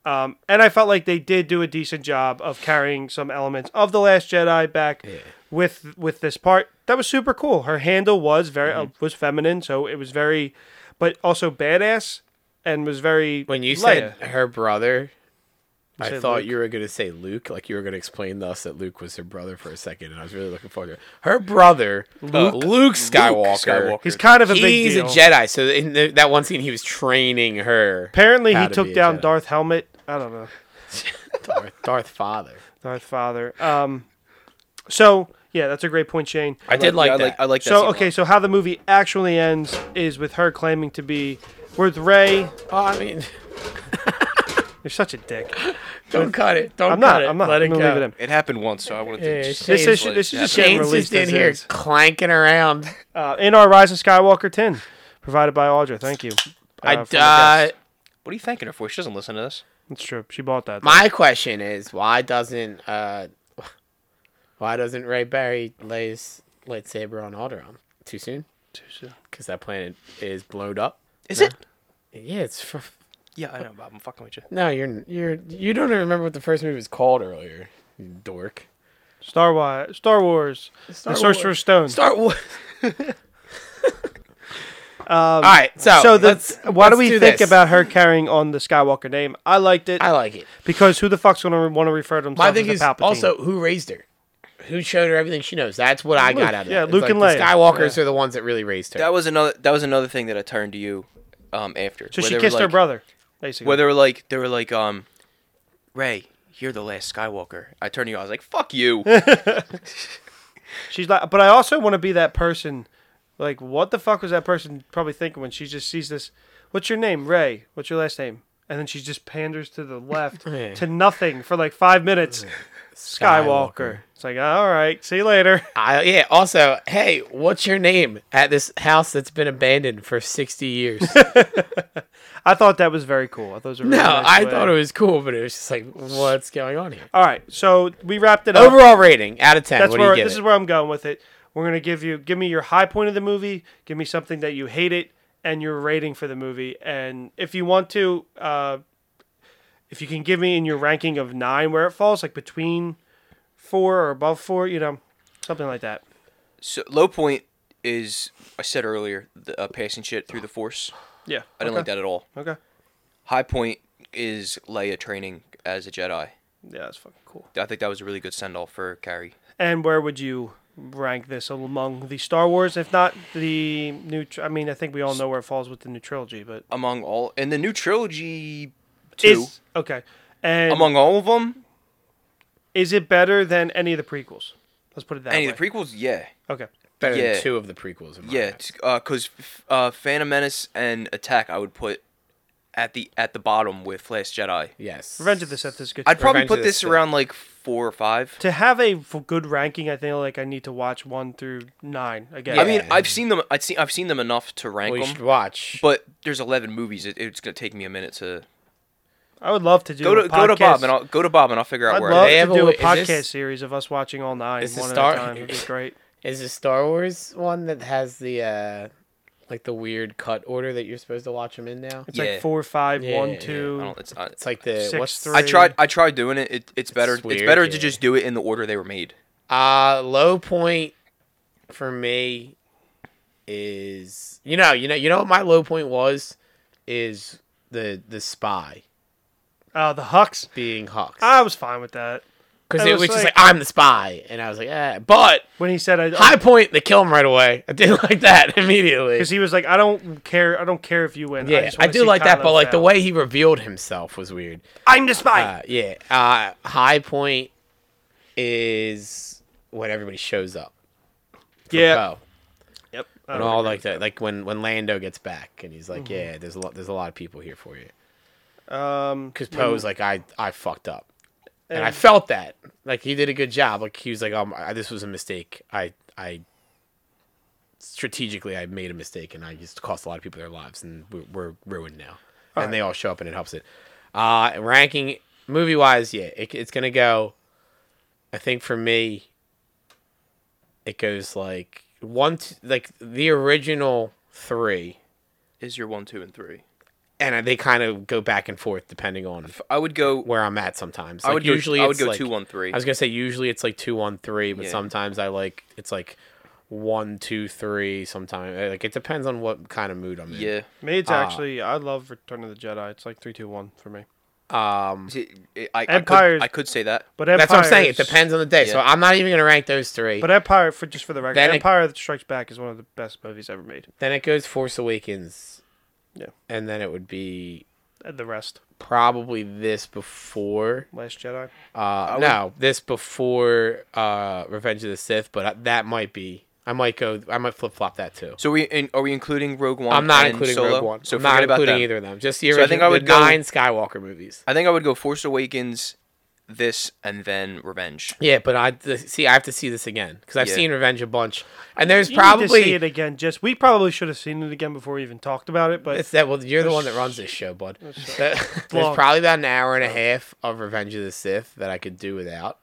Um, and I felt like they did do a decent job of carrying some elements of the Last Jedi back with with this part. That was super cool. Her handle was very
Mm-hmm.
uh, was feminine, so it was very, but also badass, and was very
When you
Leia.
said her brother, I
said
thought
Luke.
you were gonna say Luke, like you were gonna explain to us that Luke was her brother for a second, and I was really looking forward to it. Her brother, uh, Luke, Luke Skywalker.
Skywalker.
he's kind of a big
he's
deal.
a Jedi. So in the, that one scene, he was training her.
Apparently,
how
he
to be
took
a
down
Jedi.
Darth Helmet. I don't know,
Darth, Darth Father.
Darth Father. Um, so yeah, that's a great point, Shane.
I did like
yeah,
that.
I like, I like that.
So
scene a
okay,
lot.
so how the movie actually ends is with her claiming to be with Ray.
oh, I mean,
You're such a dick.
don't cut it. Don't
I'm not.
cut it.
I'm not.
Let
I'm
it
gonna
go.
leave it in.
it happened once, so I wanted to.
Yeah,
just-
Shane's
This is
like-
this is just getting
Shane's
released
just in
as
here
is.
clanking around.
Uh, in our Rise of Skywalker tin, provided by Audra. Thank you.
I
uh, from
uh,
the guest.
What are you thanking her for? She doesn't listen to this.
That's true. She bought that.
my question is why doesn't uh, why doesn't Ray Barry lay his lightsaber on Alderaan too soon? Too
soon.
Because that planet is blown up.
Is it?
Yeah, it's. From,
Yeah, I know, Bob. I'm fucking with you.
no, you're you're you don't even remember what the first movie was called earlier. You dork.
Star Wars. Star Wars.
Star
the Sorcerer's Stone.
Star Wars. All right, so
Um, so the,
let's-
why do
let's
we think
this.
about her carrying on the Skywalker name? I liked it.
I like it.
Because who the fuck's gonna want to refer to
My
themselves
thing
as a
is
Palpatine?
also who raised her, who showed her everything she knows. That's what I got out of it.
yeah,
It's
Luke
like
and
the
Leia.
Skywalkers are the ones that really raised her.
That was another. That was another thing that I turned to you, um, after.
so
where
she
they were
kissed her
like-
brother, basically.
Where they were like, they were like, um, Ray, you're the last Skywalker. I turned to you. I was like, fuck you.
she's like, but I also want to be that person. Like, what the fuck was that person probably thinking when she just sees this? What's your name, Ray? What's your last name? And then she just panders to the left
Yeah.
to nothing for like five minutes. Skywalker. It's like, all right, see you later.
I, yeah. Also, hey, what's your name at this house that's been abandoned for sixty years?
I thought that was very cool. I thought it was a really
no,
nice
I
way.
thought it was cool, but it was just like, what's going on here?
All right, so we wrapped it up.
Overall rating out of ten.
That's
what
where
do you
this is
give it?
where I'm going with it. We're gonna give you give me your high point of the movie, give me something that you hate it, and your rating for the movie. And if you want to, uh, if you can give me in your ranking of nine where it falls, like between four or above four, you know, something like that.
so low point is I said earlier, the, uh, passing shit through the Force.
Yeah,
I didn't like that at all.
Okay,
High point is Leia training as a Jedi.
yeah, that's fucking cool.
I think that was a really good send off for Carrie.
And where would you rank this among the Star Wars, if not the new? Tr- I mean, I think we all know where it falls with the new trilogy, but
Among all, and the new trilogy, two
is okay. And
among all of them,
Is it better than any of the prequels? Let's put it that
any
way.
of the prequels, yeah,
okay.
Better
yeah.
than two of the prequels. in my
yeah,
eyes.
because uh, Phantom Menace and Attack, I would put at the at the bottom with Last Jedi.
Yes.
Revenge of the Sith is good.
I'd probably
Revenge of
put
the
this
Sith.
around like four or five.
to have a f- good ranking, I think like I need to watch one through nine again.
I mean,
Yeah.
I've seen them. I've seen I've seen them enough to rank
We
them.
should watch.
But there's 11 movies. It, it's gonna take me a minute to
I would love to do
go
a
to go to
podcast.
Bob and I'll go to Bob and I'll figure out
I'd
where.
love
it
They
to
have a
do a,
wi-
podcast
is this-
series of us watching all nine
This is
one at
Star-
a time. It'd be great.
Is the Star Wars one that has the uh like the weird cut order that you're supposed to watch them in now?
It's
Yeah.
like four, five,
Yeah,
one,
yeah, yeah.
two.
I don't. It's not.
It's like the
Six,
what's
three.
I tried. I tried doing it. it it's better. It's,
weird,
better to
yeah.
just do it in the order they were made.
uh low uh, point for me is you know you know you know what my low point was is the the spy
Uh, the Hux.
being Hux
I was fine with that
because
Ah, I
it
was
was just
like-
like I'm the spy and I was like eh. but
when he said, "I."
high point they kill him right away I did like that immediately
Because he was like, "I don't care. I don't care if you win."
yeah
just
I,
wanna
do
see
like that
Kylo
but like the
fail."
way he revealed himself was weird
I'm the spy.
uh, yeah uh, high point is when everybody shows up for
yeah.
Poe.
Yep.
and all like that. Like when when Lando gets back and he's like, "Yeah, there's a lot. There's a lot of people here for you."
Um.
Because Poe's like, "I I fucked up," and, I felt that. Like he did a good job. Like he was like, "Um, I, this was a mistake. I I strategically I made a mistake, and I just cost a lot of people their lives, and we're, we're ruined now." and they all show up, and it helps it. Uh, ranking movie wise, yeah, it, it's gonna go. I think for me, it goes like one, t- like the original three,
Is your one, two, and three?
and they kind of go back and forth depending on
I would go.
where I'm at. Sometimes
I would
Like,
go-
usually
I would
it's
go
like-
two, one, three.
I was gonna say usually it's like two one three, but
Yeah.
sometimes I like it's like one two three. Sometimes like it depends on what kind of mood I'm in.
Yeah.
Me, it's
Ah.
actually I love Return of the Jedi. It's like three, two, one for me.
Um,
See, I, I,
Empires-
could, I could say that.
But
that's what I'm saying. It
Empire's-
depends on the day. So
Yeah.
I'm not even gonna rank those three.
But Empire, for just for the record,
Then it-
Empire that Strikes Back is one of the best movies ever made.
Then it goes Force Awakens.
Yeah.
And then it would be
And the rest,
probably this before.
Last Jedi.
Uh, no, this before uh, Revenge of the Sith, but I, that might be. I might go. I might flip flop that too.
So we in, are we including Rogue One?
I'm not
and
including
Solo?
Rogue One.
So
I'm not
forget about
including
them.
either of them. Just the
So I
original,
think I would
the
go-
nine Skywalker movies.
I think I would go Force Awakens, this, and then Revenge.
Yeah, but I th- see. I have to see this again because I've
Yeah.
seen Revenge a bunch, and there's
You need to
probably
see it again. Just we probably should have seen it again before we even talked about it. But
It's that well, you're the one that runs this show, bud.
Oh, Long.
There's probably about an hour and a half of Revenge of the Sith that I could do without.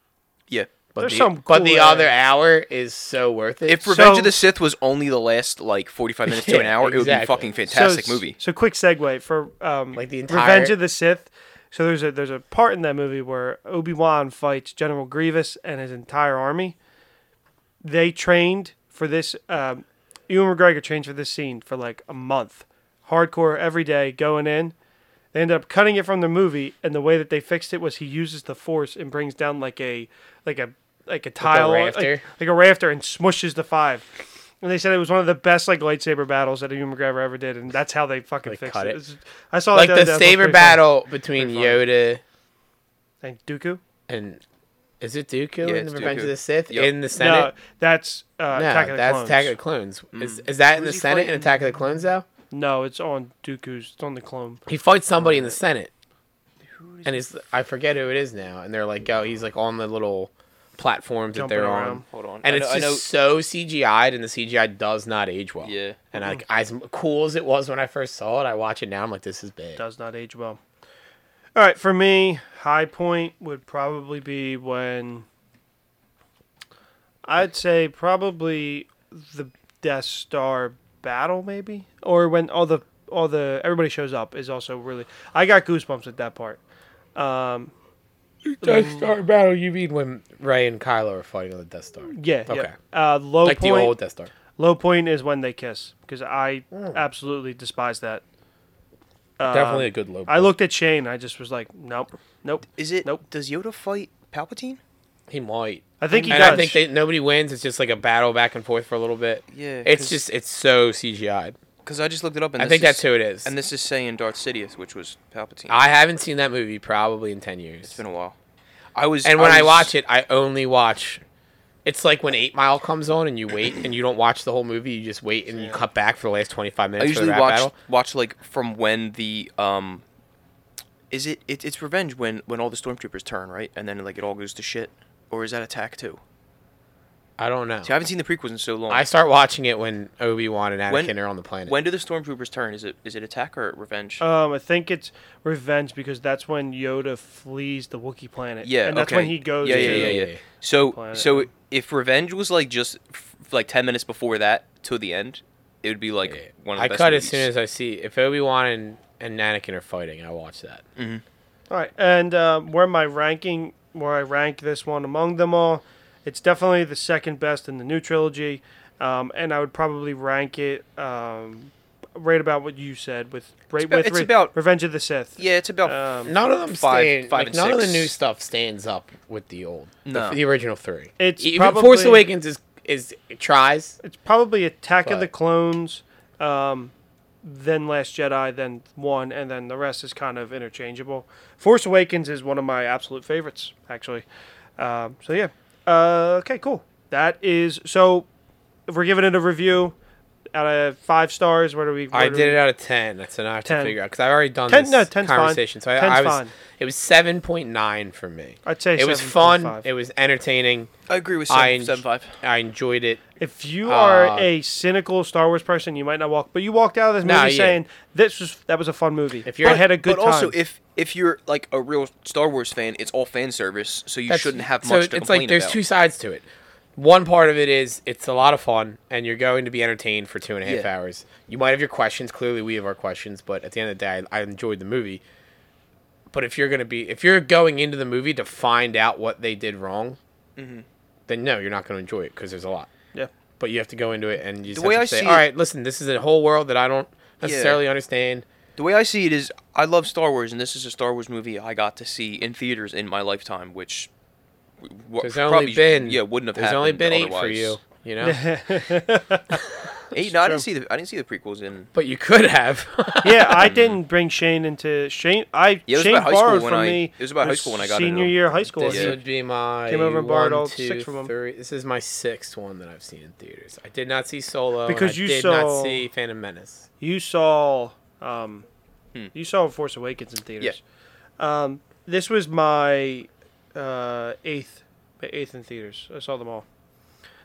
Yeah.
But
There's
the,
some
but
cool
the
ass-
other hour is so worth it.
If Revenge
So-
of the Sith was only the last like 45 minutes to an
Yeah,
hour, it would be
exactly.
fucking fantastic
so,
movie.
So quick segue for um,
Like the
Revenge
entire-
of the Sith. So there's a there's a part in that movie where Obi Wan fights General Grievous and his entire army. They trained for this. Um, Ewan McGregor trained for this scene for like a month, hardcore every day going in. They ended up cutting it from the movie, and the way that they fixed it was he uses the force and brings down like a like a like a tile like-
rafter?
like a rafter and smushes the five. And they said it was one of the best like lightsaber battles that Ewan McGregor ever did, and that's how they fucking
Like,
fixed
cut
it.
it.
It's- I saw
like
that
the
other day, it was
saber
pretty funny.
battle between Yoda
Thank Dooku.
and is it Dooku
Yeah,
in
it's
Revenge of
Dooku.
the Sith
Yep.
in
No,
the Senate?
that's uh,
No,
Attack of the
that's
Clones.
Attack of the Clones. Is, is that in the
Who's he
Senate in
fighting?
Attack of the Clones though?
no, it's on Dooku's. It's on the clone.
He fights somebody in the Senate, and it's I forget who it is now. And they're like, oh, he's like on the little platforms that
Jumping
they're
around.
on.
Hold on.
and
I
it's
know- I
just so CGI'd, and the CGI does not age well.
Yeah.
And like, as cool as it was when I first saw it, I watch it now. I'm like, this is bad.
Does not age well. All right, for me, high point would probably be when I'd say probably the Death Star battle, maybe, or when all the all the everybody shows up is also really. I got goosebumps at that part.
Death Star battle. You mean when Ray and Kylo are fighting on the Death Star?
Yeah. yeah.
Okay.
Uh, low
Like
point.
the old Death Star.
Low point is when they kiss because I absolutely despise that.
Definitely a good low.
um, I looked at Shane. I just was like, nope, nope.
Is it?
Nope.
Does Yoda fight Palpatine?
He might.
I think he
and
does.
I think they, nobody wins. It's just like a battle back and forth for a little bit.
Yeah,
It's
'cause-
just it's so CGI'd.
Because I just looked it up. And
I
this
think
is-
that's who it is. Ah.
And this is saying Darth Sidious, which was Palpatine.
I haven't seen that movie probably in ten years.
it's been a while. I was.
And when I
was-
watch it, I only watch. It's like when Eight Mile comes on and you wait and you don't watch the whole movie. You just wait and you cut back for the last twenty five
I
minutes.
usually
for the rap
watch
battle.
watch like from when the um. Is it, it? It's Revenge when when all the stormtroopers turn right, and then like it all goes to shit, or is that Attack too?
I don't know.
See, I haven't seen the prequels in so long.
I start watching it when Obi Wan and Anakin
When-
are on the planet.
when do the stormtroopers turn? Is it is it Attack or Revenge?
Um, I think it's revenge because that's when Yoda flees the Wookiee planet.
Yeah,
and that's
okay.
when he goes.
Yeah,
to,
yeah, yeah, yeah.
Yeah, yeah.
So,
Planet.
so if Revenge was like just f- like ten minutes before that to the end, it would be like one of the
I
best
cut
movies.
as soon as I see if Obi Wan and, and Anakin are fighting. I watch that.
Mm.
All right, and um, where my ranking, where I rank this one among them all, it's definitely the second best in the new trilogy, um, and I would probably rank it um, right about what you said with right
about-
with
it's
Re-
about-
Revenge of the Sith.
Yeah, it's about
Um,
None of them
Five-
stand.
five
like,
and
none of the
six.
new stuff stands up with the old.
No.
The, the original three.
It's
even
probably-
Force Awakens is is it tries.
It's probably Attack of
But-
the Clones, um, then Last Jedi, then one, and then the rest is kind of interchangeable. Force Awakens is one of my absolute favorites, actually. Um, so yeah. Uh, okay, cool. That is so. If we're giving it a review out of five stars, where do we? Where
I
do
did
we-
it out of ten. That's enough to
10.
figure out because I've already done
10
this
no, 10's fine.
conversation. So I, I
10's
was.
fine.
It was seven point nine for me.
I'd say
it was
7.5.
fun. It was entertaining.
I agree with
I
seven,
en-
seven five.
I enjoyed it.
If you are
Uh,
a cynical Star Wars person, you might not walk, but you walked out of this movie
Nah, yeah.
saying this was that was a fun movie.
If you're-
I had a good
but
time.
also, if if you're like a real Star Wars fan, it's all fan service, so you
That's-
shouldn't have much
so
to
it's
complain
like there's
about.
two sides to it. One part of it is it's a lot of fun, and you're going to be entertained for two and a half
Yeah.
hours. You might have your questions. Clearly, we have our questions, but at the end of the day, I, I enjoyed the movie. But if you're gonna be, if you're going into the movie to find out what they did wrong,
Mm-hmm.
then no, you're not gonna enjoy it because there's a lot.
yeah,
But you have to go into it and you just
The way
have to
I
say,
see
all
it-
right, listen, this is a whole world that I don't necessarily understand.
The way I see it is, I love Star Wars, and this is a Star Wars movie I got to see in theaters in my lifetime, which w- w-
There's only
probably sh-
been
yeah wouldn't have
There's only
happened
been eight for
otherwise.
you, you know.
Eight? No, I didn't see the I didn't see the prequels in.
but you could have.
yeah, I didn't bring Shane into Shane. I
Yeah, it was
Shane
about high school
borrowed
when
from
I-
me.
it was about high school when I got into
senior
them.
year of high school. I
This
think.
would be my
Came over and borrowed
one,
all
two,
six from 'em.
three- This is my sixth one that I've seen in theaters. I did not see Solo.
Because
Because
you
you did
saw-
not see Phantom Menace.
You saw, um,
Hmm.
you saw Force Awakens in theaters. Um, this was my uh, eighth, my eighth in theaters. I saw them all.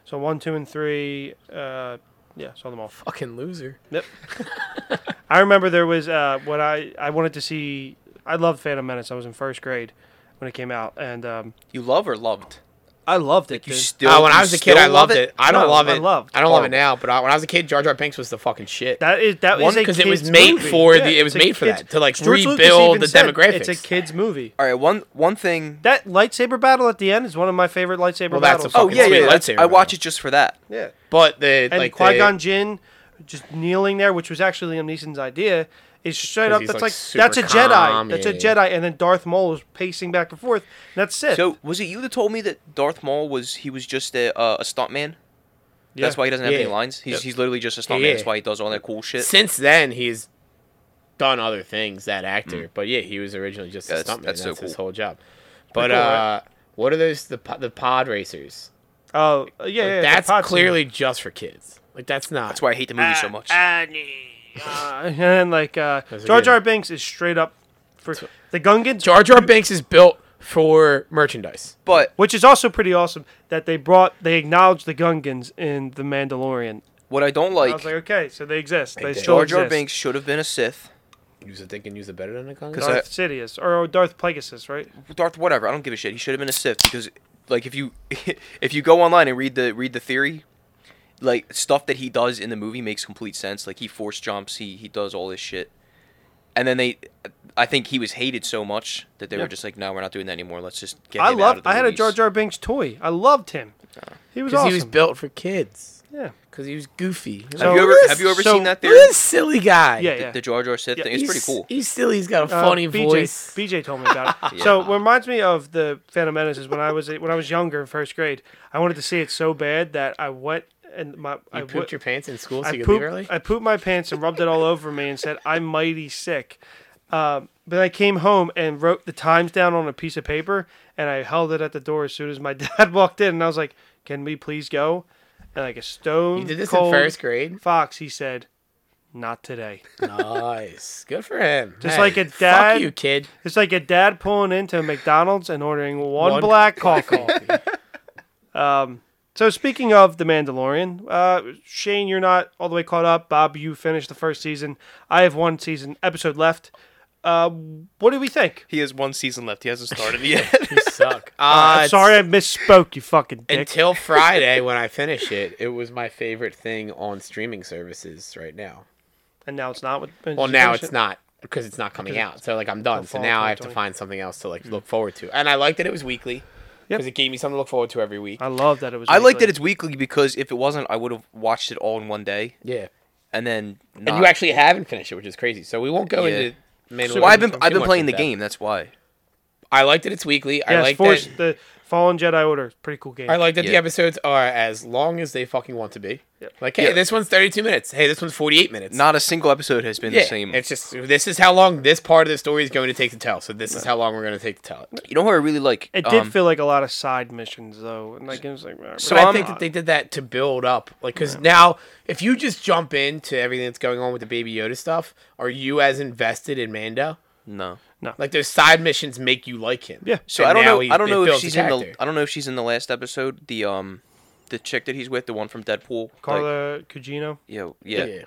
So one, two, and three. Uh, yeah, saw them all.
Fucking loser.
I remember there was uh, when I I wanted to see. I loved Phantom Menace. I was in first grade when it came out, and um,
You love or loved?
I loved it.
You
dude.
still.
Uh, when
you
I was a kid, I
still love
loved it. I don't
No,
love
I
it.
loved
I don't love
Horrible.
it now. But I, when I was a kid, Jar Jar Binks was the fucking shit.
That is that
One,
is a
'cause it was
kids
made
movie.
for the- it was
it's a
made for
kids-
that, to, like,
George Lucas
rebuild
even
the
said It's
demographics.
a kids movie.
All right, one one thing.
That lightsaber battle at the end is one of my favorite lightsaber
Well, that's
battles.
a
Oh
fucking
yeah,
sweet
yeah. that's-
lightsaber
I watch
battle.
it just for that.
yeah.
But the
And
like
Qui Gon
the,
Jinn just kneeling there, which was actually Liam Neeson's idea, is straight up.
he's,
That's
like,
like, that's a
super
Jedi.
calm,
that's a
yeah, yeah.
Jedi. And then Darth Maul is pacing back and forth. And that's it.
So was it you that told me that Darth Maul was he was just a uh, a stuntman? That's why he doesn't have
Yeah.
any lines. He's,
Yep.
he's literally just a stuntman.
yeah.
That's why he does all that cool shit.
since then he's done other things. That actor, but yeah, he was originally just
Yeah,
a
Mm. that's-
stuntman. That's,
that's so
his
cool.
whole job. But
cool, right?
uh, what are those the po- the pod racers?
Oh yeah, yeah, yeah, the
that's
pod scene.
clearly just for kids. Like that's not.
That's why I hate the movie
Ah,
so much.
Uh, and then like uh,
That's
Jar
again-
Jar Binks is straight up for the Gungans.
Jar Jar Binks is built for merchandise.
but
Which is also pretty awesome that they brought they acknowledged the Gungans in the Mandalorian.
what I don't
I
like,
was like, okay, so they exist. They
did.
still
Jar Jar
exist.
Binks should have been a Sith.
Use it. They can use it better than a Kong.
uh,
Darth Sidious or Darth Plagueis, right?
Darth whatever. I don't give a shit. He should have been a Sith because like if you if you go online and read the read the theory, like stuff that he does in the movie makes complete sense. Like he force jumps, he he does all this shit. And then they I think he was hated so much that they
Yeah.
were just like, no, we're not doing that anymore. Let's just get
I
him out
love.
of the
I had a
movies."
Jar Jar Binks toy. I loved him. He was
Because
awesome.
he was built for kids.
yeah,
Because he was goofy.
So-
Have you ever
Look at
have you ever
so-
seen that
Look
theory?
at this silly guy.
yeah,
The-
yeah.
The Jar Jar Sith
Yeah,
thing. It's pretty
He's-
cool.
He's silly. He's got a
Uh,
funny
BJ,
voice.
BJ told me about it. So what reminds me of the Phantom Menace is when I was when I was younger in first grade. I wanted to see it so bad that I went and my I
You
went-
pooped your pants in school so
I
you could
pooped,
leave early.
I pooped my pants and rubbed it all over me and said, I'm mighty sick. Um, but I came home and wrote the times down on a piece of paper and I held it at the door as soon as my dad walked in. And I was like, Can we please go? And like a stone.
you did this in
cold
first grade.
Fox, he said, Not today.
nice. Good for him.
Just like a
Fuck
dad-
you, kid.
it's like a dad pulling into McDonald's and ordering one,
One
black coffee. Um, so speaking of The Mandalorian, uh, Shane, you're not all the way caught up. Bob, you finished the first season. I have one season episode left. Uh, what do we think?
He has one season left. He hasn't started yet.
You suck.
I'm
Uh,
sorry, I misspoke. You fucking dick.
Until Friday, when I finish it, it was my favorite thing on streaming services right now.
and now it's not. With,
Well, now it's not because it's not coming out. So like I'm done. So
fall
now I have to
2020.
Mm.
find something else to like look forward to. And I liked that it was weekly.
Yep.
because it gave me something to look forward to every week.
Uh,
I love that it was.
I like
weekly.
that it's weekly because if it wasn't, I would have watched it all in one day
yeah,
and then.
and
not-
you actually haven't finished it, which is crazy. So we won't go
Yeah.
into. Main
Well, I've been
too
I've been
much
playing
in
the
depth.
game. That's why.
I like that it's weekly. I
Yes,
like
Force,
that.
the Fallen Jedi Order. Pretty cool game.
I like that the
Yeah.
episodes are as long as they fucking want to be.
Yep.
Like, hey,
Yeah.
this one's 32 minutes. Hey, this one's 48 minutes.
Not a single episode has been
yeah,
the same.
It's just this is how long this part of the story is going to take to tell. So this is how long we're going to take to tell it.
you know what I really like?
It did
Um,
feel like a lot of side missions though, and like it was like. alright,
So
But I
I'm-
think that they did that to build up, like, because now if you just jump into everything that's going on with the Baby Yoda stuff, are you as invested in Mando?
no.
Like those side missions make you like him.
Yeah.
So
And
I don't
now
know.
he-
I don't
it
know if
builds
she's in the.
character.
I don't know if she's in the last episode. The um, the chick that he's with, the one from Deadpool. Like,
Carla Cugino.
yeah, yeah,
Yeah.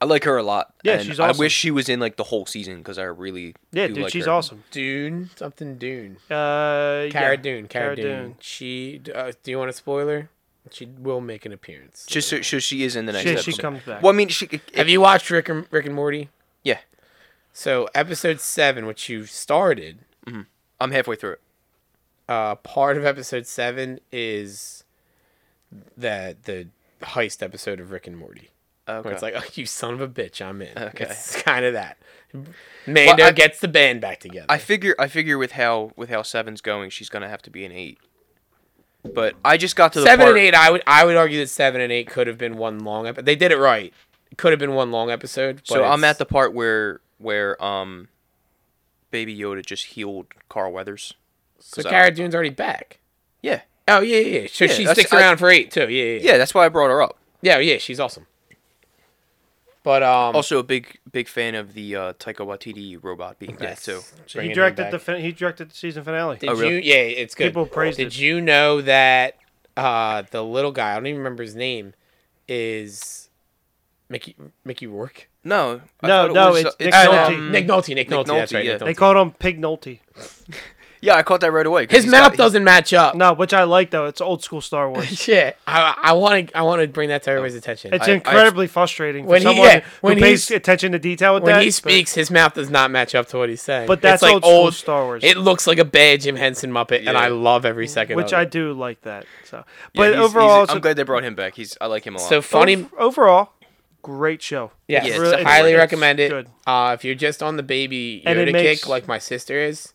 I like her a lot.
Yeah,
and
she's
I
awesome.
wish she was in like the whole season because I really.
Yeah,
do
dude,
like
she's
her.
awesome.
Dune something Dune.
Uh,
Cara
yeah.
Dune.
Cara
Cara, Dune.
Dune.
She. Uh, do you want a spoiler? She will make an appearance.
Just so, so she is in the next.
She- she
episode.
comes back.
Well, I mean, she. It,
Have you watched Rick and Rick and Morty?
yeah,
So episode seven, which you started,
I'm halfway through it.
uh, part of episode seven is the the heist episode of Rick and Morty.
Uh, Okay.
Where it's like, oh, you son of a bitch, I'm in.
Okay.
It's kind of that. Mando
I-
gets the band back together.
I figure. I figure with how with how seven's going, she's gonna have to be an eight. But I just got to the
seven
part,
and eight, I would I would argue that seven and eight could have been one long episode. They did it right. It could have been one long episode. But
So I'm
it's-
at the part where where um, Baby Yoda just healed Carl Weathers.
so
so-
Cara Dune's already back.
Yeah,
Oh yeah, yeah. yeah. So
Yeah,
she
that's-
sticks
I-
around for eight too. Yeah, yeah, yeah.
yeah, that's why I brought her up.
Yeah, yeah, she's awesome. But um,
Also, a big big fan of the uh, Taika Waititi robot being back
yes,
too.
He
bringing them
directed
back.
the fin- he directed the season finale.
Did
Oh, really?
you? Yeah, it's good.
People praised
Did
it.
you know that uh, the little guy? I don't even remember his name. Is Mickey Mickey Rourke?
No, I
No,
thought it
no,
was, uh,
it's Nick
Oh, no,
Nolte.
Nick Nolte. Nick Nolte. that's
Nolte,
right.
yeah.
Nick
They
They
Nolte.
called him Pig Nolte.
yeah, I caught that right away. 'cause
his
he's
mouth
got-
doesn't match up.
No, which I like though. It's old school Star Wars.
Shit. I I want to I want to bring that to everybody's attention.
It's
I-
incredibly frustrating
When
for
he-
someone
yeah, when
who pays
he's-
attention to detail with
when
that.
he
but-
speaks, his mouth does not match up to what he's saying.
But
It's
that's
like
old school Star Wars.
It looks like a bad Jim Henson Muppet, and
Yeah.
I love every second.
which
of
I
it.
do like that. So,
Yeah,
but
he's- he's-
overall, so-
I'm glad they brought him back. He's I like him a lot.
so funny.
ov- overall, great show.
Yeah,
Yeah,
It's
it's definitely
highly
it's
recommend it.
Good.
Uh, if you're just on the baby
And it
Yoda
makes-
kick like my sister is,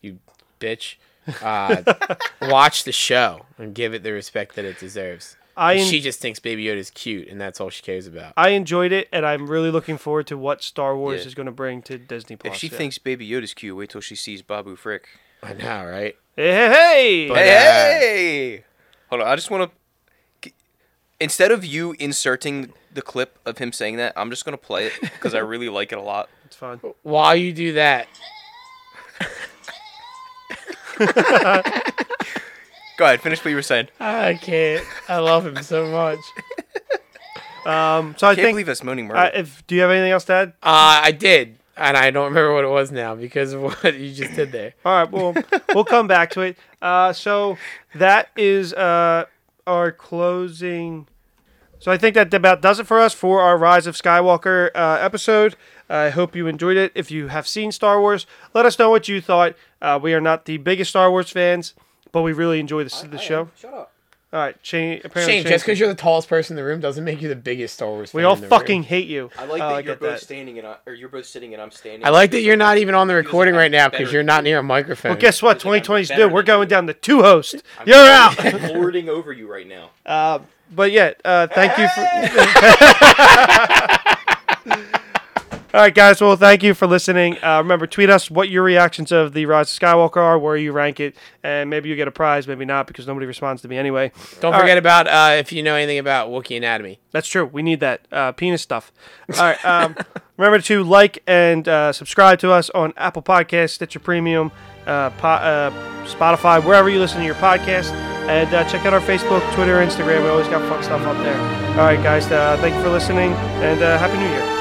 you bitch, uh, watch the show and give it the respect that it deserves.
I en-
she just thinks Baby Yoda's cute, and that's all she cares about.
I enjoyed it, and I'm really looking forward to what Star Wars
Yeah.
is going to bring to Disney Plus.
if she
yeah.
thinks Baby Yoda's cute, wait till she sees Babu Frick.
I know, right?
hey, hey, hey!
But-
Hey,
Yeah.
hey! hold on. I just want to. Instead of you inserting the clip of him saying that, I'm just gonna play it because I really like it a lot.
it's fine.
While you do that,
Go ahead, finish what you were saying. I
I can't. I love him so much.
Um, so I
can't
think.
believe that's moaning murder.
I, Uh, if do you have anything else to add?
Uh, I did, and I don't remember what it was now because of what you just did there.
All right, well, we'll come back to it. Uh, so that is uh, our closing. So I think that about does it for us for our Rise of Skywalker uh, episode. I hope you enjoyed it. If you have seen Star Wars, let us know what you thought. Uh, we are not the biggest Star Wars fans, but we really enjoy the, the show.
Shut up.
All right, Shane. Apparently,
Shane,
Shane-
just because you're the tallest person in the room doesn't make you the biggest Star Wars.
we
fan
all
in the room.
fucking hate you.
I like
Uh,
that you're
get
both
that.
standing and I, or you're both sitting and I'm standing.
I like that you're not even on the recording
have
right now because
better-
you're not near a microphone.
Well, guess what?
Because I'm
2020's due.
better
We're
than
going
you.
down to two hosts. You're out.
lording over you right now.
But yeah, uh, thank you for. All right, guys. Well, thank you for listening. Uh, remember, tweet us what your reactions of the Rise of Skywalker are, where you rank it, and maybe you get a prize, maybe not, because nobody responds to me anyway.
Don't
All
forget
right.
about uh, if you know anything about Wookiee anatomy.
That's true. We need that uh, penis stuff. All right. Um, remember to like and uh, subscribe to us on Apple Podcasts, Stitcher Premium, uh, po- uh, Spotify, wherever you listen to your podcast. And uh, check out our Facebook, Twitter, Instagram. We always got fun stuff up there. All right, guys. Uh, thank you for listening, and uh, Happy New Year.